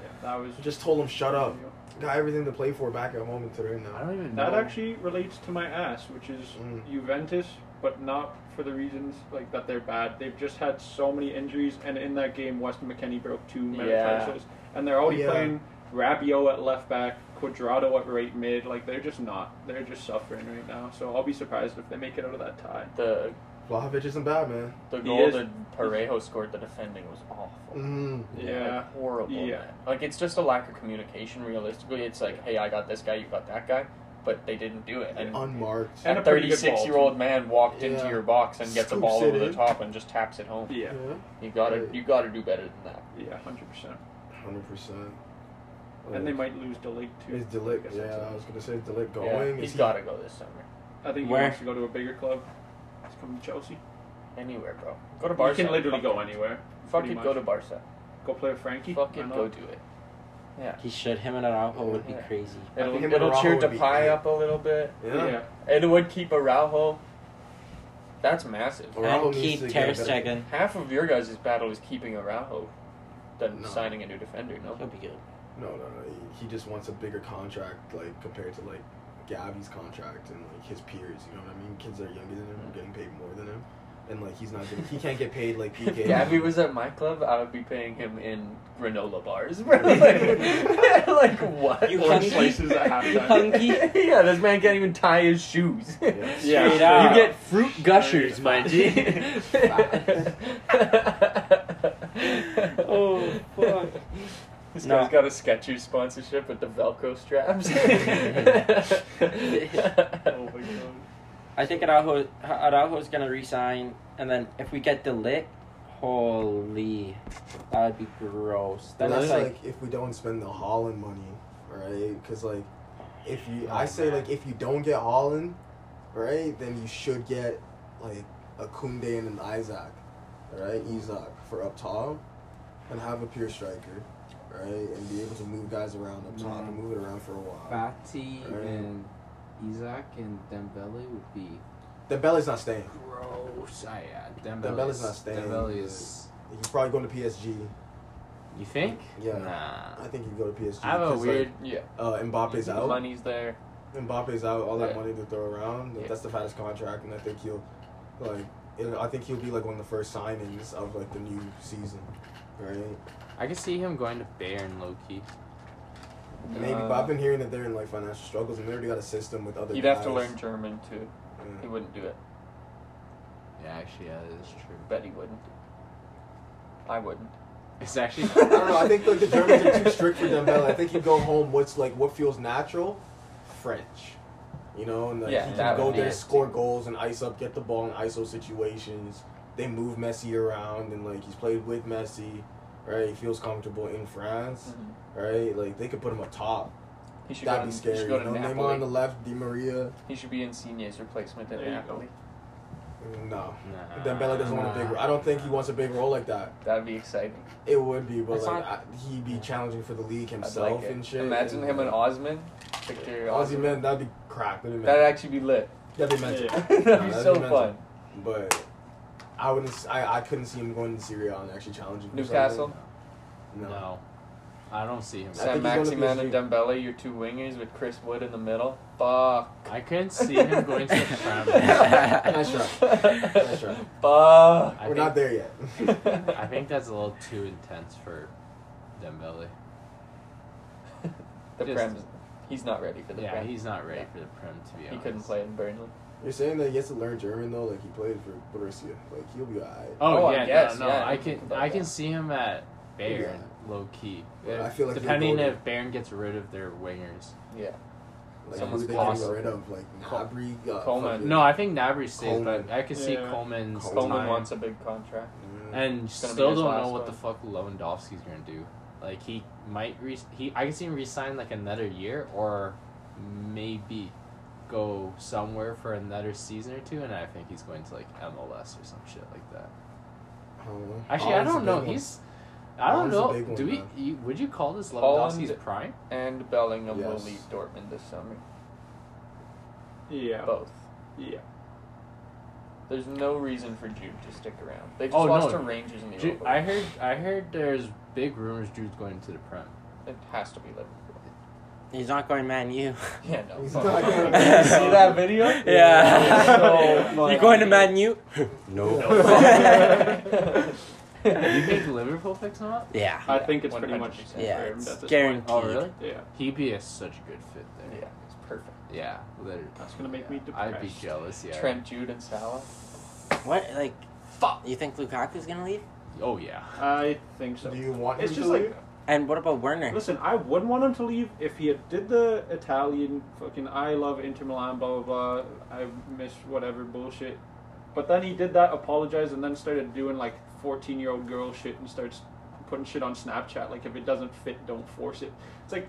Yeah, that was.
Just told him shut up. Got everything to play for back at home and today
I
now.
don't even know.
That actually relates to my ass, which is
Mm.
Juventus, but not for the reasons like that they're bad. They've just had so many injuries, and in that game, Weston McKennie broke two metatarsals, and they're already
Yeah.
playing Rabiot at left back, Quadrado at right mid. Like they're just not. They're just suffering right now. So I'll be surprised if they make it out of that tie.
The
Vlahovic isn't bad, man.
the
He
goal
is-
that Parejo scored, the defending was awful.
Mm.
Mm-hmm.
Yeah.
Like, horrible.
Yeah.
man. Like it's just a lack of communication. Realistically, it's like, hey, I got this guy, you got that guy, but they didn't do it. And
Unmarked.
And
a
a pretty good ball,
36 year old man walked into
Yeah.
your box and gets the
Scoops
ball
it
over the
in.
top and just taps it home.
Yeah,
You gotta
Right.
you gotta do better than that.
yeah, hundred percent.
Hundred percent.
And they might lose Delic too.
Is
I
Delic?
guess
Yeah,
that's
I was gonna say is Delic
Yeah,
going.
he's
Is he-
gotta go this summer.
I think he
Where?
wants to go to a bigger club. He's coming to Chelsea.
Anywhere, bro. Go to
You
Barca.
can literally
Fuck
go
it.
anywhere.
Fuck
pretty
it,
much.
go to Barca.
Go play with Frankie.
Fuck
Why
it,
not?
go do it. Yeah.
He should. Him and Araujo would be
Yeah.
crazy.
I
It'll,
think him and
it'll
Araujo
cheer
would be
Depay
great.
up a little bit.
Yeah.
yeah.
And it would keep Araujo. That's massive.
Araujo
and
needs
keep
to get
Ter
a better-
Stegen.
Half of your guys' battle is keeping Araujo than
No.
signing a new defender, no?
He'll be good.
No, no, no. he- He just wants a bigger contract, like compared to like Gabby's contract and like his peers. You know what I mean? Kids that are younger than him are getting paid more than him, and like he's not getting. He can't get paid like PK.
If Gabby was at my club, I would be paying him in granola bars. bro. like, like what?
You
Or
hungry?
slices at halftime.
Hungry?
yeah, this man can't even tie his shoes.
Yeah.
Yeah.
Straight up.
You get fruit gushers,
up.
my G.
Oh, fuck.
This
No.
guy's got a Skechers sponsorship with the Velcro straps.
Oh my god.
I think Araujo Araujo's gonna resign, and then if we get Delict, holy, that would be gross.
But
Then
that's
it's
like,
like,
if we don't spend the Holland money, right? Because like, if you,
Oh,
I say
man.
like if you don't get Holland, right, then you should get like a Kunde and an Isaac, right? Isaac for up top, and have a pure striker, right, and be able to move guys around up top and move it around for a while.
Fati
Alright.
and Isaac and Dembele would be
The Dembele's not staying.
gross. I, uh, Dembele
Dembele's
is-
not staying.
Dembele is.
He's probably going to PSG.
You think?
Yeah.
Nah.
I think he'd go to PSG.
I have a
'cause, like,
weird.
yeah,
uh, Mbappe's out.
money's there.
Mbappe's out, all that
Yeah.
money to throw around.
Yeah.
That's the fattest contract, and I think he'll, like, it, I think he'll be like one of the first signings of like the new season, right?
I can see him going to Bayern low key.
Maybe.
Uh,
but I've been hearing that they're in like financial struggles, and they already got a system with other.
He'd have to
guys.
learn German too. He
Yeah.
wouldn't do it.
Yeah, actually, yeah, that is true.
Bet he wouldn't. I wouldn't.
It's actually.
I don't know. I think like the Germans are too strict for Dembele. I think he'd go home. What's like what feels natural? French. You know, and like,
Yeah,
he
that
can go
would be
there,
it.
score goals, and ice up, get the ball in ISO situations. They move Messi around, and like he's played with Messi, right? He feels comfortable in France,
Mm-hmm.
Mhm.
right? Like they could put him up top.
He should
That'd
go
be
to,
scary.
He
You
should go to
know, Neymar
Napoli.
on the left, Di Maria.
He should be Insigne's replacement at
There you go.
Napoli.
No,
Ah.
Nah.
Dembele doesn't want a big. I don't think he wants a big role like that.
That'd be exciting.
It would be, but
It's
like
not-
I- he'd be challenging for the league
I'd
himself
like it.
and shit.
Imagine him and Osman. Victor
Ozzy,
Osman.
man, that'd be crack. That'd be
That'd
mad.
actually be lit.
That'd be magic.
Yeah.
That'd be
That'd
so
be magic.
fun.
But I wouldn't. s- I, I couldn't see him going to Syria and actually challenging. for
Newcastle.
something. No.
No. I don't see him.
I think
Sam
he's going to
Maximan and
PSG.
Dembele, your two wingers with Chris Wood in the middle. Fuck.
I couldn't see him going to the
Nice
Prem.
That's
try. Nice try.
Fuck.
I
We're
think,
not there yet.
I think that's a little too intense for Dembele.
the
Just-
Prem's. He's not ready for the
Yeah,
Prem.
he's not ready
Yeah.
for the Prem to be
he
honest.
couldn't play in Burnley.
You're saying that he has to learn German though. Like he played for Borussia. Like he'll be alright.
Oh,
Oh, I
yeah,
guess,
no, no.
yeah, I
I
didn't
can
think about
I can
that.
see him at Bayern
Yeah.
low key.
Well,
If-
I feel like he'll
depending
go
if Bayern gets rid of their wingers.
Yeah.
Like
Someone's
who they getting
possible.
rid of? Like
Col-
Nabri. Uh,
Coleman.
fucking-
No, I think Nabry stays,
Coleman.
but I could see
Yeah.
Coleman's
Coleman
Coleman
time.
wants a big contract.
Mm.
and
It's gonna be
still
his
don't know
last
what the
one.
fuck Lewandowski's gonna do. Like he might re- he I can see him resign like another year or maybe go somewhere for another season or two, and I think he's going to like MLS or some shit like that.
I don't know.
Actually,
Haaland's Oh,
I
a
don't
big
know.
one.
He's I don't
Haaland's a big
know.
one,
Do we?
man.
You, would you call this
Haaland-
Lewandowski's prime?
And Bellingham will
Yes.
leave Dortmund this summer.
Yeah.
Both.
Yeah.
There's no reason for Jude to stick around. They just
Oh,
lost
no.
to Rangers in the
Ju-
Europa.
I heard. I heard. There's big rumors Jude's going to the prem.
It has to be Liverpool.
He's not going Man U.
Yeah, no.
He's
fuck.
not
You see
going-
that video?
Yeah.
So
you going to Man U?
No.
you think Liverpool picks him up?
Yeah.
I think it's pretty
100%.
much
Yeah.
confirmed
It's
at this
guaranteed.
Oh really?
point. Yeah.
He'd be a, such a good fit there.
Yeah, it's perfect.
Yeah, literally.
That's gonna make me
I'd be
depressed.
jealous. Yeah.
Trent, Jude, and Salah.
What? Like,
Fuck.
you think Lukaku's gonna leave?
Oh yeah.
I think so.
Do you want
It's
him
just
to
like
leave?
And what about Werner?
Listen, I would want him to leave if he had did the Italian fucking I love Inter Milan, blah blah blah. I miss whatever bullshit. But then he did that, apologized, and then started doing like fourteen year old girl shit and starts putting shit on Snapchat. Like if it doesn't fit, don't force it. It's like,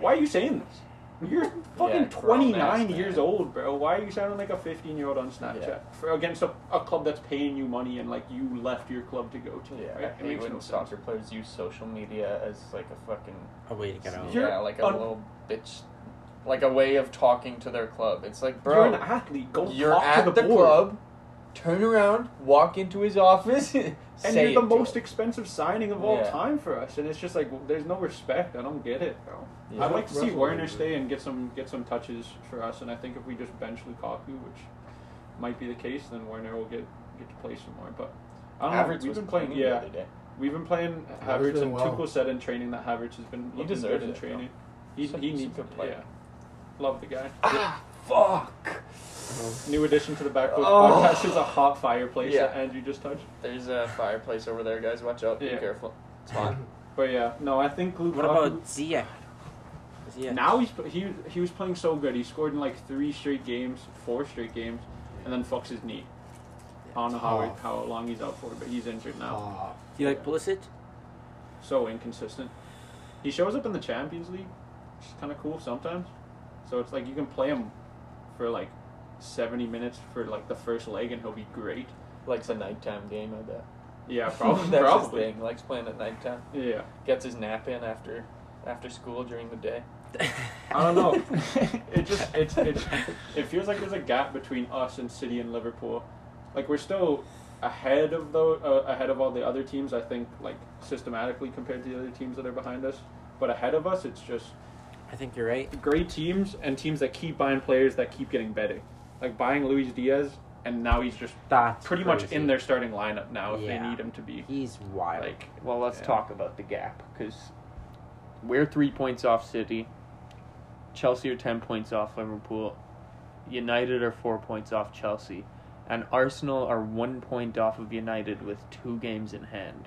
why are you saying this? You're
grown
fucking
ass
29
man.
years old, bro. Why are you sounding like a 15 year old on Snapchat for, against a, a club that's paying you money and like you left your club to go to?
Yeah,
right?
I
It
hate
makes
when
no sense.
soccer players use social media as like a fucking
A way to get out.
You're
yeah, like a
un-
little bitch, like a way of talking to their club. It's like,
You're
bro,
an athlete. Go
you're
talk
at
to
the,
the, board.
club, turn around, walk into his office, and
And
say
you're
it
the
to
most
him.
expensive signing of all
Yeah.
time for us, and it's just like well, there's no respect. I don't get it, bro.
Yeah.
I'd like to see
Russell
Werner
Westbrook.
stay and get some get some touches for us, and I think if we just bench Lukaku, which might be the case, then Werner will get get to play some more. But I don't
Havertz
know. We've
was
been playing,
the
yeah.
other day.
We've been playing
Havertz
Havertz,
did
and
well.
Tuchel said in training that Havertz has been looking
deserved
good in
it,
training. He,
Some-
he
some
needs to
good play.
play. Yeah. Love the guy.
Ah, fuck.
New addition to the backpost
Oh.
podcast is a hot fireplace
Yeah.
that Andrew just touched.
There's a fireplace over there, guys. Watch out. Be
Yeah.
careful. It's hot.
But yeah, no, I think Lukaku.
What about Zia? Zia.
Now he's he he was playing so good. He scored in like three straight games, four straight games, and then fucks his knee. I don't know how,
Oh.
Tough.
how long he's out for, but he's injured now.
Ah,
Do you like Pulisic?
Oh.
So inconsistent. He shows up in the Champions League, which is kind of cool sometimes. So it's like you can play him for like seventy minutes for like the first leg, and he'll be great.
Likes a nighttime game, I bet.
Yeah, probably.
That's
probably.
his thing. Likes playing at nighttime.
Yeah,
Gets his nap in after after school during the day.
I don't
Oh.
know. it just it's it's it feels like there's a gap between us and City and Liverpool. Like we're still ahead of the uh, ahead of all the other teams. I think like systematically compared to the other teams that are behind us. But ahead of us, it's just
I think you're right.
great teams and teams that keep buying players that keep getting better. Like buying Luis Diaz, and now he's just
That's
pretty much
crazy.
in their starting lineup now if
Yeah.
they need him to be.
He's wild.
Like
Well, let's
Yeah.
talk about the gap because we're three points off City. Chelsea are 10 points off Liverpool. United are four points off Chelsea. And Arsenal are one point off of United with two games in hand.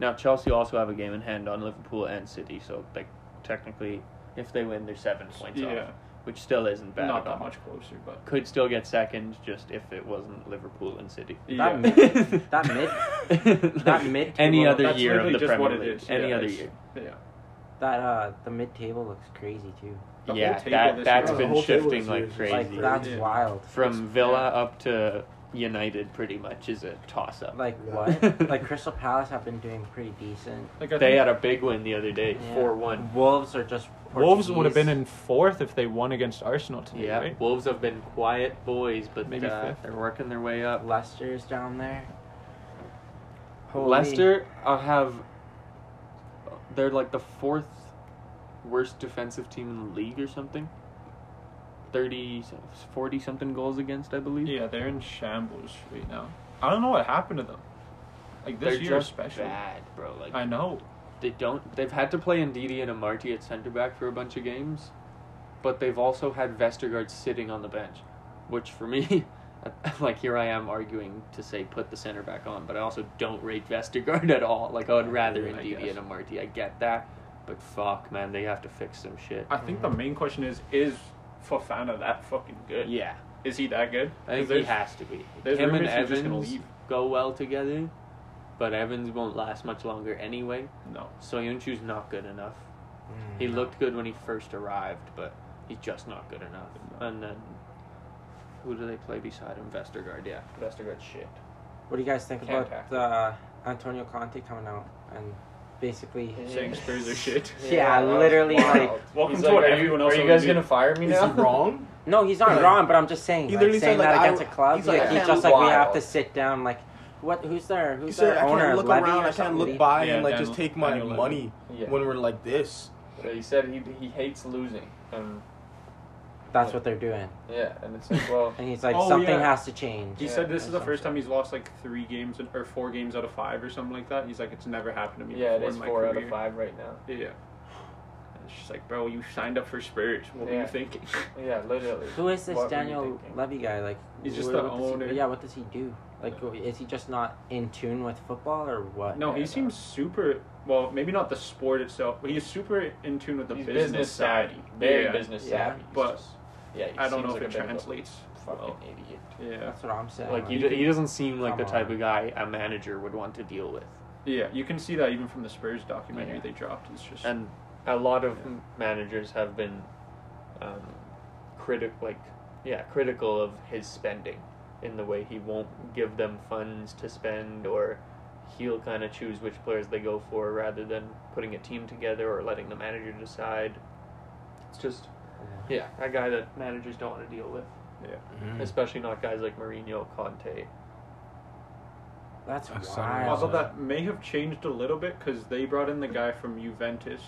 Now, Chelsea also have a game in hand on Liverpool and City, so like, technically, if they win, they're seven points
yeah,
off, which still isn't bad.
not
at all.
that much closer, but
Could still get second just if it wasn't Liverpool and City.
yeah.
mid- That
mid,
that mid
any
table-
other
That's
year of
literally
the
just
Premier
what it
League,
is.
any
Yeah,
other
it's-
year.
yeah.
that uh, the mid table looks crazy too.
The whole
yeah,
table
that
this
that's
year-
The
been
whole table
shifting
this
like
year is
crazy.
just
Like that's
Yeah.
wild.
From Villa up to United, pretty much is a toss up.
Like
Yeah.
what? like Crystal Palace have been doing pretty decent.
Like I
they
think-
had a big win the other day,
Yeah.
four one.
Wolves are just
Wolves would have been
Portuguese.
in fourth if they won against Arsenal today,
Yeah,
right?
Wolves have been quiet boys, but
Maybe
uh,
fifth.
they're working their way up.
Leicester's down there. Holy-
Leicester uh, have they're like the fourth worst defensive team in the league or something. 30 40 something goals against, I believe.
Yeah, they're in shambles right now. I don't know what happened to them. Like this
they're
year
just
especially.
bad, bro. Like
I know.
they don't they've had to play Ndidi and Amarty at centre back for a bunch of games, but they've also had Vestergaard sitting on the bench, which for me like here I am arguing to say put the center back on, but I also don't rate Vestergaard at all. Like I would rather
I
Ndidi
guess.
and Amarty. I get that, but fuck man, they have to fix some shit.
I think the main question is is Fofana that fucking good?
Yeah,
Is he that good?
I think he
there's-
has to be.
there's
Him and
rumors he's just gonna
Evans
leave.
go well together, but Evans won't last much longer anyway.
No.
So Soyuncu's not good enough.
Mm.
He looked good when he first arrived, but he's just not good enough. And then, who do they play beside him? Vestergaard, yeah. Vestergaard's shit.
What do you guys think
Can't
about uh, Antonio Conte coming out and basically?
Saying Spurs are shit.
Yeah, literally, like-
Welcome
He's
to what
"Are you-
everyone else
Are you
would
guys
do."
gonna fire me
Is he
now?
wrong?
No, he's not
Like-
wrong, but I'm just saying,
He
like,
literally
saying
said,
that
like, I-
against a club,
he's
he's,
like,
I
he's
can't
just
look
like we have
wild.
to sit down. Like, what? Who's their
He
who's
said,
their
I
owner?
can't look
Levy
around,
or
I can't
something?
look by
Yeah,
and like
Dan-
just take my
Daniel Levy.
money
Yeah.
when we're like this.
He said he, he hates losing. Um,
That's what they're doing,
yeah, and it's like, well,
and he's like,
Oh,
something
yeah.
has to change.
He
Yeah,
said this
or
is the first
something.
time he's lost like three games in- or four games out of five or something like that. He's like, it's never happened to me.
yeah, it
before
is
in my
four out
career.
of five right now.
Yeah. And It's just like, bro, you signed up for Spurs. What were
Yeah.
you thinking?
Yeah, literally.
Who is this
What were you
Daniel
thinking?
Levy guy? Like,
He's just
what-
the
what does he-
owner.
yeah, what does he do? Like, wh- is he just not in tune with football or what?
No, he
Yeah,
seems super. Well, maybe not the sport itself, but he's super in tune with the
He's
business, side.
Very
yeah.
business
Yeah.
savvy. He's
But
just- yeah, he
I don't
seems
know
like a
if
bit
it
of a
translates.
Fucking
well.
idiot.
Yeah,
That's what I'm saying.
Like he,
you
do, he doesn't seem like the
Come
type
on.
of guy a manager would want to deal with.
yeah. You can see that even from the Spurs documentary
Yeah.
they dropped. It's just
And a lot of
Yeah.
m managers have been um, critic like yeah critical of his spending in the way he won't give them funds to spend or he'll kind of choose which players they go for rather than putting a team together or letting the manager decide. It's just yeah a guy that managers don't want to deal with,
Hmm.
mm,
especially not guys like Mourinho, Conte.
That's
That's wild.
something.
Although that may have changed a little bit because they brought in the guy from Juventus.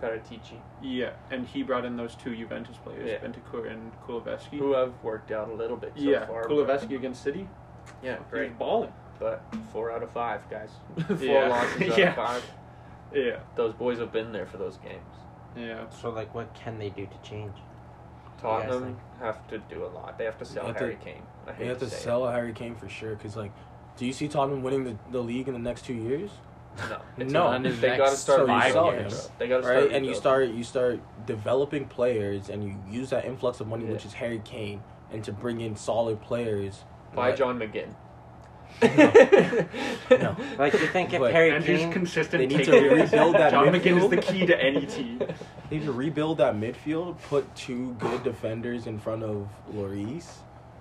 Paratici,
Yeah, and he brought in those two Juventus players,
Yeah.
Bentancur and Kuliveski.
who have worked out a little bit so
yeah,
far. but-
Kuliveski against City.
Yeah,
He
great.
was balling.
But four out of five, guys. Four
Yeah.
losses out
Yeah.
of five.
Yeah,
Those boys have been there for those games.
yeah.
So like, what can they do to change?
Tottenham have to do a lot. They have to sell
have to-
Harry Kane. I hate
They have to
say it.
sell Harry Kane for sure. Cause like, do you see Tottenham winning the, the league in the next two years?
No, it's
No.
not.
And his
they
next-
got to
so
start
you
buying
sell
games.
him,
They got to
right?
start
And you
rebuilding.
start you start developing players, and you use that influx of money,
Yeah.
which is Harry Kane, and to bring in solid players.
buy
But
John McGinn.
No.
Like, you think if
But-
Harry
And he's
Kane?
consistent.
They need to
takeaways.
rebuild that
John McGinn is
midfield.
the key to any team.
They need to rebuild that midfield, put two good defenders in front of Lloris,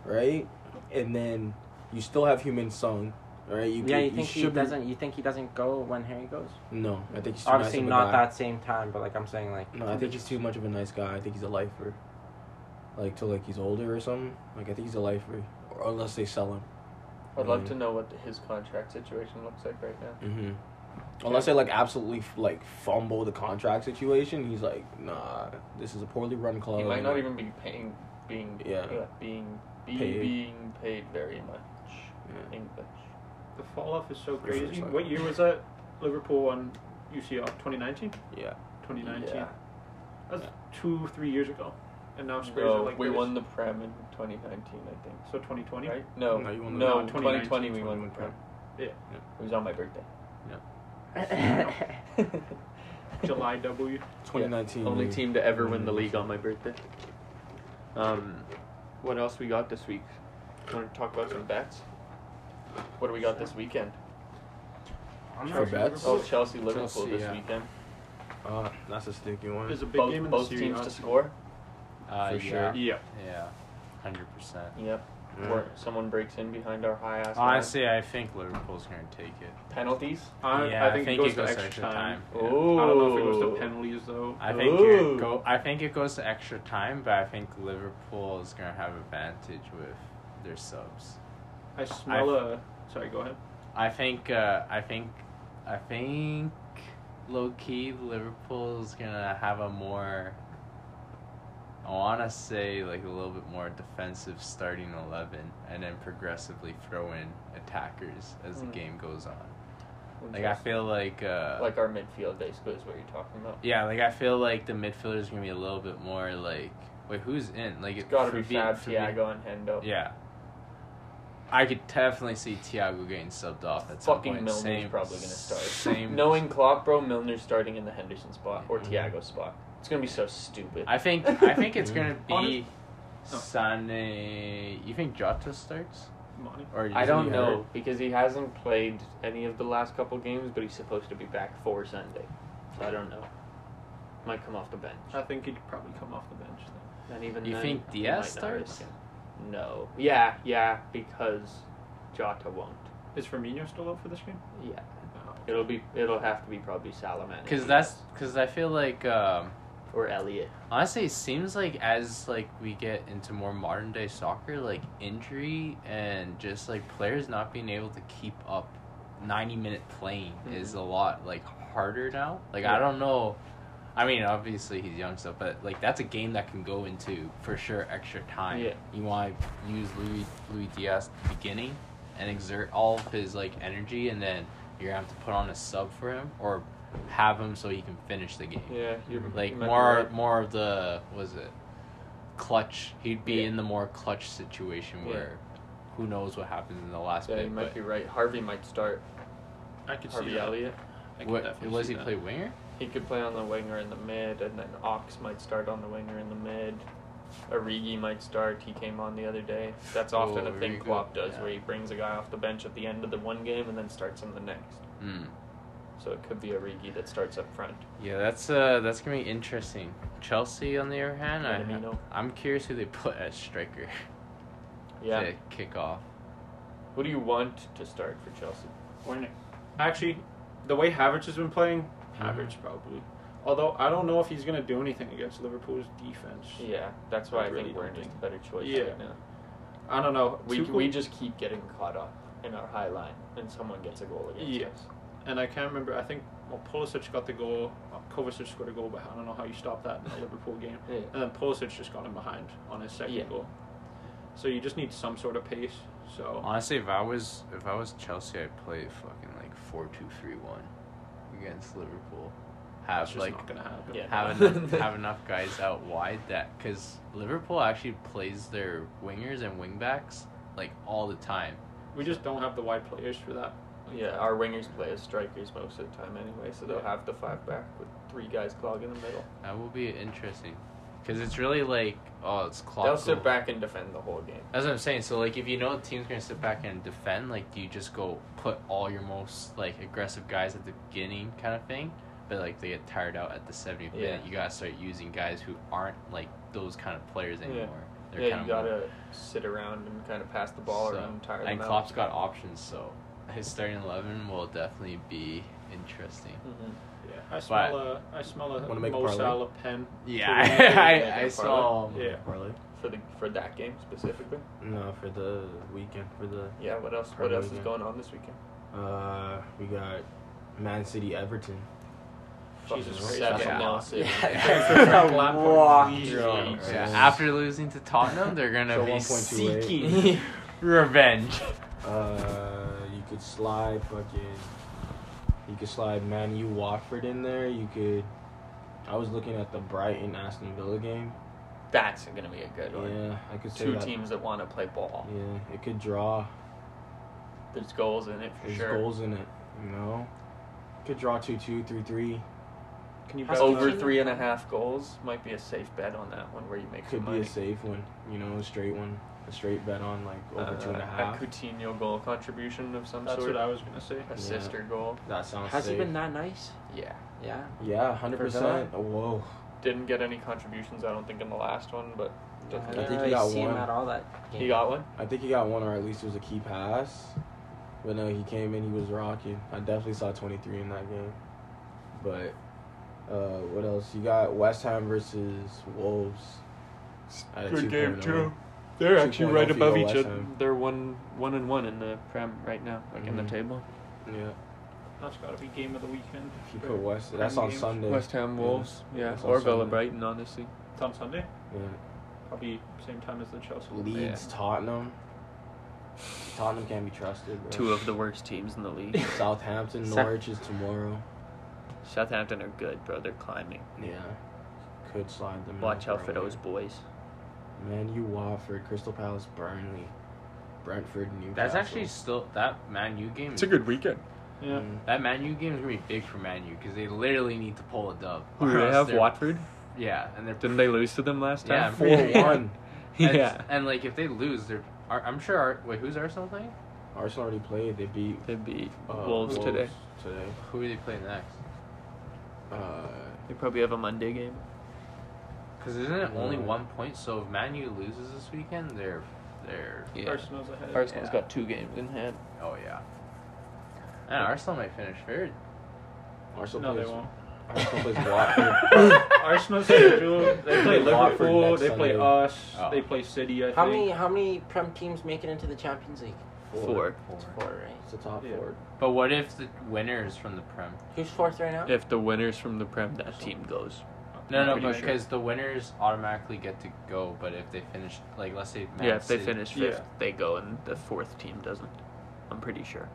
right? And then you still have Human Sung, right? You
yeah,
could-
you think he
should be-
doesn't? You think he doesn't go when Harry goes?
No, I think he's too
Obviously
nice of a guy.
not that same time, but like I'm saying, like
No, I think he's too much of a nice guy. I think he's a lifer. Like till like he's older or something. Like I think he's a lifer, or unless they sell him.
I'd love
Mm.
to know what his contract situation looks like right now.
Mm-hmm. Unless they like absolutely f- like fumble the contract situation, he's like, nah, this is a poorly run club.
he might not even be paying, being,
Yeah.
uh, being, be,
Paid.
being paid very much
Yeah.
English.
The fall off is so crazy.
Refresh
What
cycle.
year was that? Liverpool won UCL 2019.
Yeah.
2019.
Yeah.
That's two, three years ago, and now Spurs
No,
are like
we
this.
won the Prem in 2019, I think.
So 2020.
Right? No,
No,
no,
you won the-
No,
2020 we
2019,
won the Prem.
Yeah.
It was on my birthday.
July W.
2019.
Only
maybe.
team to ever win the league on my birthday. Um, what else we got this week? Want to talk about some bets? What do we got this weekend?
I'm
For
not
bets,
Oh, Chelsea Liverpool
Chelsea,
this
yeah.
weekend.
uh, that's a sticky one.
There's a big game
Both, both
in the Serie
teams
A.
to score.
Uh,
For
yeah.
sure.
Yeah.
Yeah. Hundred percent.
Yep.
Yeah.
Where someone breaks in behind our high ass. line.
Honestly, I think Liverpool's gonna take it.
penalties.
I,
yeah,
I think, it goes, to extra, time.
Yeah.
Ooh.
I don't know if it goes to penalties though.
I think it
Ooh.
go. I think it goes to extra time, but I think Liverpool is gonna have advantage with their subs.
I smell a. Sorry, go ahead.
I think. Uh, I think. I think. Low key, Liverpool is gonna have a more. I want to say like a little bit more defensive starting eleven, and then progressively throw in attackers as the
Mm.
game goes on. Like I feel like. Uh,
Like our midfield basically is what you're talking about.
Yeah, like I feel like the midfielder is gonna be a little bit more like wait who's in like
It's got to be
Fabi-
Fab,
Fabi-
Thiago, and Hendo.
Yeah, I could definitely see Thiago getting subbed off at some
Fucking
point.
Milner's
same,
probably gonna start.
Same.
Knowing Klopp, bro, Milner's starting in the Henderson spot or
Mhm.
Thiago spot. It's gonna be so stupid.
I think I think it's gonna be
Honest- No.
Sane. You think Jota starts
Money.
or
I
is
don't
he
know
hurt?
because he hasn't played any of the last couple games, but he's supposed to be back for Sunday. So I don't know. Might come off the bench.
I think he'd probably come off the bench. Then.
And even
You
then,
think
he
Diaz
might not risk
starts?
it. No. Yeah, yeah, because Jota won't.
Is Firmino still up for this game?
Yeah.
No.
It'll be. It'll have to be probably Salaman.
Because that's because I feel like um,
or Elliot.
Honestly, it seems like as like we get into more modern day soccer, like injury and just like players not being able to keep up ninety minute playing is a lot like harder now. Like I
Mm-hmm. Yeah.
don't know. I mean, obviously he's young stuff, but like that's a game that can go into for sure extra time.
Yeah.
You want to use Louis Louis Diaz at the beginning and exert all of his like energy, and then you're gonna have to put on a sub for him or have him so he can finish the game
Yeah,
Mm-hmm.
you're
like
you might be
more
right.
more of the was it clutch he'd be
Yeah.
in the more clutch situation
Yeah.
where who knows what happens in the last
Yeah, you
bit
might
but
be right. Harvey might start.
I could
Harvey Elliott.
I could
what,
definitely
was
see
he
that.
play winger
He could play on the wing or in the mid, and then Ox might start on the wing or in the mid. Origi might start. He came on the other day. That's often
Oh,
a thing
Origi.
Klopp does,
Yeah.
where he brings a guy off the bench at the end of the one game and then starts him the next.
mm.
so it could be a Origi that starts up front.
Yeah, that's uh, that's gonna be interesting. Chelsea, on the other hand, I,
Minamino.
I'm curious who they put as striker
Yeah.
to kick off.
Who do you want to start for Chelsea?
Werner. Actually, the way Havertz has been playing, Havertz
Hmm.
probably. Although I don't know if he's gonna do anything against Liverpool's defense.
Yeah, that's why
I
I,
really
think
don't
we're just
think-
a better choice
Yeah.
right now.
I don't know.
We,
Tuchel-
we just keep getting caught up in our high line, and someone gets a goal against
Yeah.
us.
and I can't remember. I think well, Pulisic got the goal. Kovacic scored a goal, but I don't know how you stop that in a Liverpool game.
Yeah.
And then Pulisic just got him behind on his second
Yeah.
goal. So you just need some sort of pace. So
Honestly, if I was if I was Chelsea, I'd play fucking like four two three one against Liverpool. Have
that's just
like
not gonna happen.
Yeah.
have enough, have enough guys out wide that because Liverpool actually plays their wingers and wingbacks like all the time.
We just don't have the wide players for that.
Yeah, our wingers play as strikers most of the time anyway, so they'll have the five back with three guys clogging the middle.
That will be interesting because it's really like oh it's clock.
they'll sit back and defend the whole game.
That's what I'm saying. So like, if you know the team's gonna sit back and defend, like, do you just go put all your most like aggressive guys at the beginning, kind of thing? But like, they get tired out at the 70th
Yeah.
minute. You gotta start using guys who aren't like those kind of players
Yeah.
anymore.
yeah, you
kinda more-
gotta sit around and kind of pass the ball
So-
around, tire
And
them
Klopp's got options, so his starting eleven will definitely be interesting.
out. Mhm.
Yeah. I smell a I smell a
Wanna make a
Mo
parlay?
Salah pen.
Yeah,
Yeah,
I, I,
yeah,
saw.
Yeah.
Parlay?
For the for that game specifically.
No, for the weekend. For the
Yeah. What else? What
Probably,
else is
yeah.
going on this weekend?
uh, we got Man City, Everton.
Fucking
Jesus Christ.
seven
Yeah.
nil City.
Yeah.
Yeah.
Yeah, After losing to Tottenham, they're gonna
So
be
1.28.
seeking revenge.
Uh, you could slide fucking. You could slide Man U Watford in there. You could. I was looking at the Brighton Aston Villa game.
That's gonna be a good one.
Yeah, I could say
Two
that.
teams that want to play ball.
Yeah, it could draw.
There's goals in it for
There's
sure.
goals in it. You know, could draw two two three three.
Can you bet
Over
on-
three and a half goals might be a safe bet on that one where you make some
Could be
money.
a safe one. You know, a straight one, a straight bet on like over two and a
Uh,
half.
Coutinho goal contribution of some
That's
sort.
what I was gonna say.
Assist or goal.
That sounds.
Has
safe.
he been that nice?
Yeah.
Yeah.
Yeah, hundred
For Villa?
percent. Oh, whoa.
Didn't get any contributions, I don't think, in the last one, but
I
think
didn't
he
really
got
see him
one.
at all that game.
he got one.
I think he got one, or at least it was a key pass. But no, he came in. He was rocking. I definitely saw twenty three in that game. But uh, what else? You got West Ham versus Wolves. at a 2.0.
They're
2.0 actually right for above your each West other. Ham.
They're
Mm,
one, one and one in the prem right now, like in the
Mhm.
table.
Yeah,
That's gotta be game of the weekend.
if you put West, that's on
Games.
Sunday.
West Ham
Yeah.
Wolves, yeah,
That's
or
also
Villa
in the-
Brighton, honestly.
It's on Sunday.
Yeah.
Probably same time as the Chelsea.
Leeds, Tottenham. Tottenham can't be trusted. Bro.
Two of the worst teams in the league.
Southampton,
Sou-
Norwich is tomorrow.
Southampton are good, bro. They're climbing.
Yeah, could slide them. in
Watch out for
Burnley.
those boys.
Man, you Watford, Crystal Palace, Burnley, Brentford, Newcastle.
That's actually still that Man U game. is-
weekend.
Yeah.
Mm.
That Man U game is gonna be big for Man U because they literally need to pull a dub.
Who
Or
do they
else
have?
they're-
Watford?
Yeah, and they're
Didn't they lose to them last
Yeah,
time?
I'm
Four one.
and,
yeah.
and like if they lose, they're. Ar- I'm sure. Ar- wait, who's Arsenal playing?
Arsenal already played. They beat
They beat
uh,
Oh, Wolves today.
Today.
Who are they playing next?
Uh,
They probably have a Monday game.
Because isn't it only
Mm.
one point? So if Man U loses this weekend, they're they're.
Arsenal's ahead.
Arsenal's
Yeah.
got two games in hand.
Oh yeah. And Arsenal might finish third.
Arsenal
no, they
plays.
won't.
Arsenal plays Watford.
Arsenal's schedule. They play
They play Watford
Liverpool.
next
They play
Sunday.
us.
Oh.
They play City. I
How many
think.
how many prem teams make it into the Champions League?
Four.
It's four, right?
It's the top
Yeah.
four.
But what if the winner is from the Prem?
Who's fourth right now?
If the winners from the Prem, that team goes.
No, no,
Pretty
but
sure.
because the winners automatically get to go. But if they finish, like let's say, Man
yeah, if they
City-
finish
Yeah.
fifth, they go, and the fourth team doesn't. I'm pretty sure.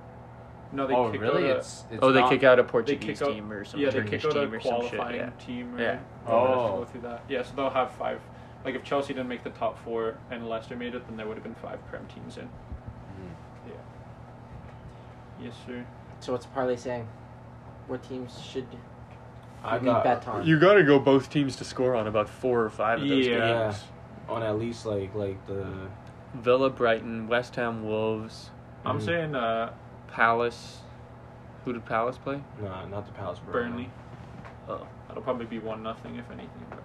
No, they
Oh
kick
really?
out a-
it's, it's
oh, they
not-
kick out a
they
Portuguese
kick out.
team or some
yeah, they
Turkish
kick out
team
a
or some shit.
qualifying
Yeah.
team. Or,
Yeah.
They would have to
Oh.
Go through that. Yeah, so they'll have five. Like if Chelsea didn't make the top four and Leicester made it, then there would have been five prem teams in.
Mm.
Yes, sir.
So what's Parlay saying? What teams should
I
we
got
bet on?
gotta go both teams to score on about four or five
Yeah. on at least like like the.
Villa, Brighton, West Ham, Wolves,
I'm
Mhm.
saying uh,
Palace, Who did Palace play?
Nah, not the Palace.
Burnley. Oh, that'll probably be one nothing if anything. But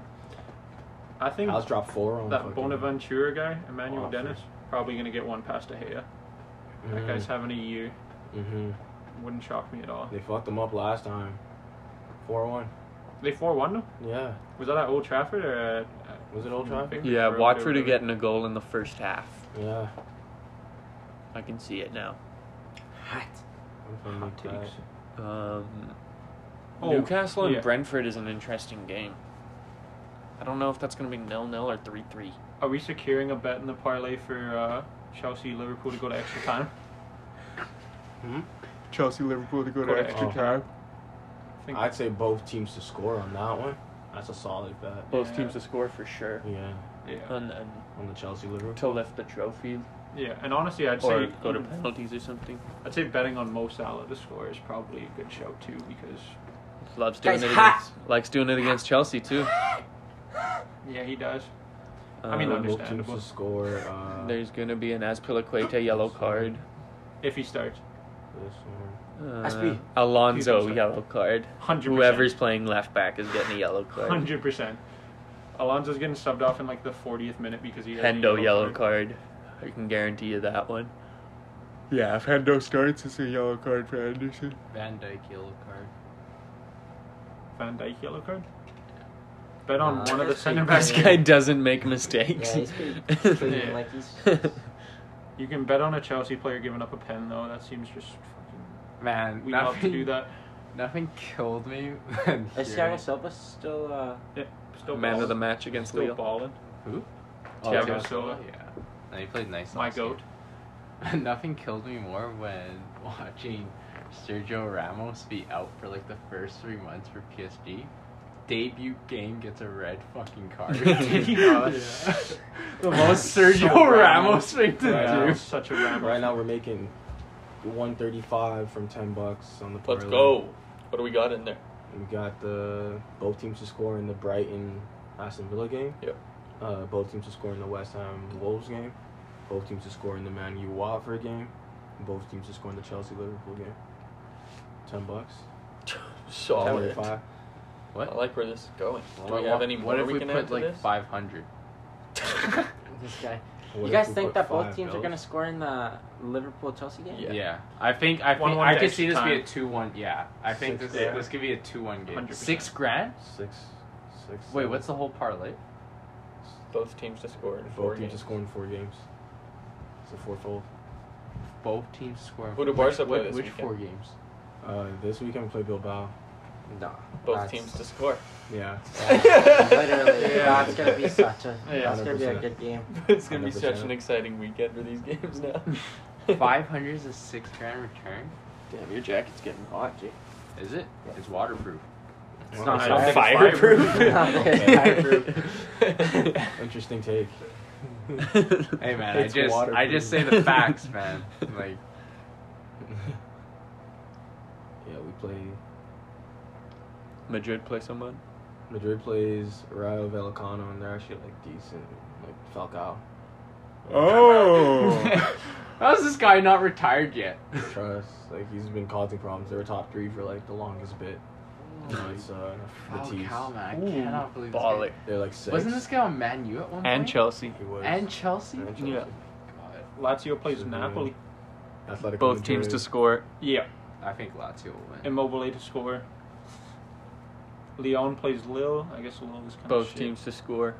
I think
Palace dropped four on
that
fucking-
Bonaventura guy, Emmanuel
Watford.
Dennis, probably gonna get one past De Gea.
Mm-hmm. Mm.
That guy's having a year.
Mhm.
Wouldn't shock me at all.
They fucked them up last time. Four one.
They four one them.
Yeah.
Was that at Old Trafford or? At, at
Was it Old Trafford?
Yeah,
Road or
Watford are
whatever?
getting a goal in the first half.
Yeah.
I can see it now.
Hot.
Hot
takes.
Um,
Oh,
Newcastle and
yeah.
Brentford is an interesting game. I don't know if that's going to be nil nil or three three.
Are we securing a bet in the parlay for uh, Chelsea Liverpool to go to extra time?
Chelsea Liverpool to go
to extra
time.
I think
I'd say both teams to score on that one. That's a solid bet.
Both
Yeah.
teams to score for sure,
Yeah.
yeah,
and, and
On the Chelsea Liverpool.
to lift the trophy
yeah. And honestly, I'd
or
say
go to penalties or something.
I'd say betting on Mo Salah to score is probably a good show too because
Loves doing
Guys,
it
hot.
against, likes doing it against Chelsea too.
yeah, he does. I mean,
Um,
under-
Uh, both teams
understandable.
to score. Uh,
There's going to be an Azpilicueta yellow card.
If he starts,
this one.
Uh,
Azpi.
Alonso
2%.
yellow card.
hundred.
Whoever's playing left back is getting a yellow card.
hundred percent. Alonso's getting subbed off in like the 40th minute because he has a
Hendo yellow card. I can guarantee you that one. Yeah, if Hendo starts, it's a yellow card for Anderson.
Van Dyke yellow card.
Van Dijk yellow card. Bet on
Nah,
one of the
that's pretty
center
This
backs.
guy doesn't make mistakes.
Yeah, he's pretty clean.
Yeah.
Like he's.
You can bet on a Chelsea player giving up a pen though. That seems just. fucking-
Man,
We love
nothing,
to do that.
nothing killed me. than
Is
hearing-
Thiago Silva still uh,
Still
Man of
balling.
the match against
Still
Lille.
balling.
Who? Oh,
Thiago
Thiago
Silva.
Yeah. No, he played nice.
My
last year.
goat.
Nothing killed me more when watching Sergio Ramos be out for like the first three months for PSG. Debut game gets a red fucking card.
Did
you know
Yeah.
that?
The most Sergio
So
Ramos
Ramos.
thing to
Right
do.
now.
Dude, such a ramble.
Right now we're making 135 from 10 bucks on the
Let's
parlay.
go. What do we got in there?
We got the both teams to score in the Brighton Aston Villa game.
Yep.
Uh, both teams to score in the West Ham Wolves game. Both teams to score in the Man U Watford game. And both teams to score in the Chelsea Liverpool game. 10 bucks.
Solid.
25.
I like where this is going. Do
What-
we have any more
what if
we,
we,
can add
put
to
like
this?
five hundred?
this guy?
What
you
if
guys
we
think
put
that both
five
teams are
bills?
gonna score in the Liverpool Chelsea game?
Yeah.
I think I think
One-one
I
to
could see this
extra
be a
time.
two one. Yeah, I think
Six,
this
yeah.
this could be a two one game.
100%.
Six grand?
Six. Six.
Wait,
seven.
what's the whole parlay?
Both teams to score in four
Both teams to
games.
score in four games. It's a fourfold.
Both teams score.
Who do Barca
which,
play
which-
this
Which
weekend?
four games?
Uh, this weekend we play Bilbao.
No.
Both
that's-
teams to score.
Yeah.
Literally,
Yeah.
that's gonna be such a.
Yeah.
That's gonna be a
100%.
good game.
it's gonna be such
100%.
an exciting weekend for these games now.
Five hundred is a six grand return.
Damn, your jacket's getting hot, Jake.
Is it? It's waterproof.
It's
Well,
not
I
Not
don't
hot.
think it's
Interesting take.
Hey man,
It's
I just I just say the
waterproof.
facts, man. Like
Yeah, we play.
Madrid play someone.
Madrid plays Rayo Vallecano, and they're actually like decent, like Falcao. Oh!
Oh!
how's this guy not retired yet?
Trust, like he's been causing problems. They were top three for like the longest bit. Now it's uh, Batiste.
Falcao, man, I
Ooh,
cannot believe this guy-
Baller
They're like 6
Wasn't this guy on Man U at one
and
point?
Chelsea.
He was.
And Chelsea.
And
Yeah.
God,
Lazio plays
Mhm.
Napoli.
Atletico
Both teams to
Madrid.
score.
Yeah,
I think Lazio will win.
Immobile to score. Leon plays Lille. I guess Lille is kind of
Both
shit.
teams to score.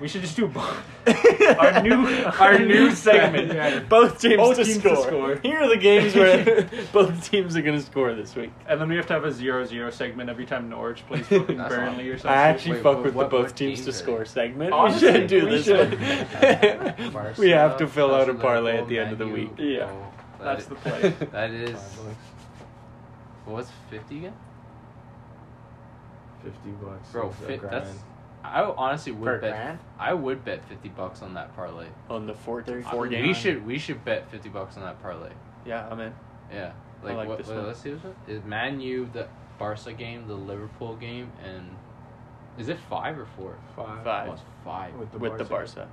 We should just do both. Our new- our new segment. Yeah.
Both teams,
Both
to,
teams to
score.
score.
Here are the games where both teams are gonna score this week.
and then we have to have a 0-0 segment every time Norwich plays fucking
That's
Burnley or
awesome.
I
something.
actually
wait,
fuck
what-
with the
what-
both
what
teams to
teams are
score
it?
segment.
Honestly,
we should do
we
this
should.
one. we have to fill out a parlay at the end of the week.
Yeah. That's the play.
Oh, That is
Five bucks,
what's fifty again?
Fifty bucks.
Bro,
It's a
fit,
grand.
that's. I honestly
Per
would bet.
grand?
I would bet fifty bucks on that parlay.
On the fourth
Thirty
four
four
Uh, We
games.
games.
should we should bet fifty bucks on that parlay.
Yeah, I'm in.
Yeah.
I
Like,
like
what,
this
what-
one.
let's see what's up. Is Man U the Barca game, the Liverpool game, and is it five or four?
five.
Five
Oh, it's five.
with the Barca.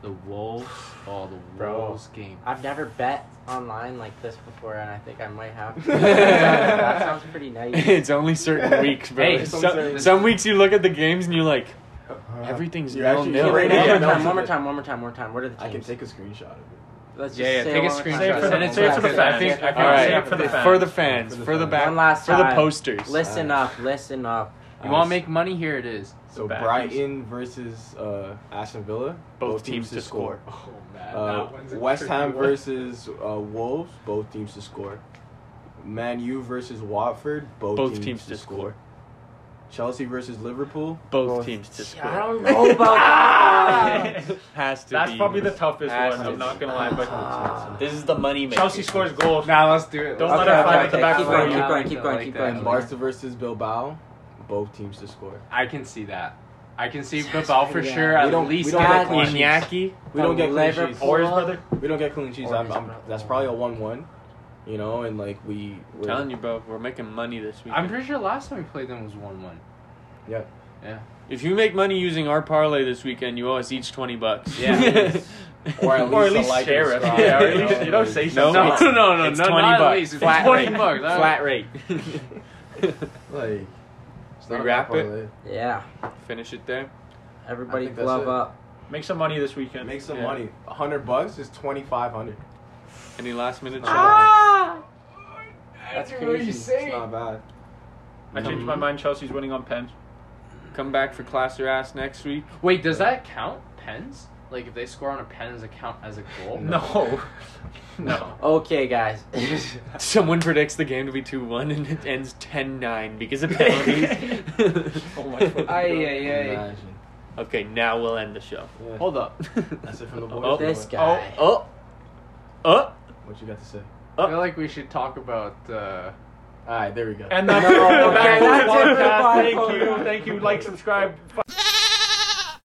The Wolves. Oh, the
Bro.
Wolves game.
I've never bet online like this before, and I think I might have. that
That
sounds pretty nice.
it's only certain weeks, bro.
Hey,
some,
some-
some weeks you look at the games and you're like, everything's
You're
nil
actually
nil.
right
Wait,
Yeah,
one, more
no, it's
time, one
a
more
bit-
time, one more time, What are the teams?
I can take a screenshot of it.
Let's
Yeah, yeah,
say
take
it
a
one more time.
screenshot.
Just
Send it
one
to
more
us
time.
for the
Save it.
fans.
I think-
All right,
Save it for the
for
fans.
the fans,
For the
for the
fans.
back,
One last
for the
time.
posters.
Listen
Uh,
up, listen up.
You want to make money? Here it is.
So
Back.
Brighton versus uh, Aston Villa.
Both teams to score.
Oh man,
Uh, West Ham versus uh, Wolves. Both teams to score. Man U versus Watford. Both,
Both
teams, to score. Chelsea versus Liverpool.
Both
Both.
teams to score.
I don't know about that.
Has to
That's
be.
probably the toughest
Has
one.
to be.
I'm not gonna lie, but
Ah.
This is the money maker.
Chelsea scores goals.
Now let's do it.
Don't
Let's
let
go.
her fight at the
okay,
back
keep
four.
going,
You
keep going,
I
keep
like
going,
that.
keep
I
going.
like
And
that.
Barca versus Bilbao. Both teams to score.
I can see that. I can see
Yes,
Bilbao for
yeah.
sure.
We
At
don't- we
least
don't
get
get clean sheets.
Iñaki.
We don't get clean
Liverpool-
sheets.
Or his brother.
We don't get clean sheets.
Or
I'm,
is
I'm,
it-
that's probably a one-one. You know, and like we.
I'm telling you, bro, we're making money this week.
I'm pretty sure last time we played them was one one.
Yep.
If you make money using our parlay this weekend, you owe us each twenty bucks.
Yeah.
Or at
Or at
least a
least
like and
share it.
subscribe.
Yeah, or at
You
least-
know,
you don't
like-
say
No,
No,
it's-
no, no, no,
it's
no,
20
not at
bucks.
least. It's
Flat
20
rate.
bucks.
Ah.
Flat rate.
Like, it's
We
not a
wrap
bad
it?
parlay.
Yeah,
Finish it there.
everybody
I think that's
glove
it.
up.
Make some money this weekend.
Make some
Yeah.
money. A hundred bucks is twenty five hundred.
Any last minute?
Ah.
That's crazy.
It's not bad.
I changed my mind. Chelsea's winning on pens.
Come back for class or ass next week.
Wait, does that count? Pens? Like if they score on a pen, does it count as a goal?
No. No.
Okay, guys.
Someone predicts the game to be 2 1 and it ends 10 9 because of penalties.
Oh my
Aye,
fucking God.
aye, aye.
Imagine.
okay, now we'll end the show.
Yeah.
Hold up.
That's it from the boys.
Oh,
This
Oh,
guy.
Oh. Oh.
What you got to say?
I feel like we should talk about. Uh,
All right, there we go.
And that's
No,
it for the
okay,
Backfoot
that's it for the
podcast.
Backfoot.
Thank you. Thank you. Like, subscribe,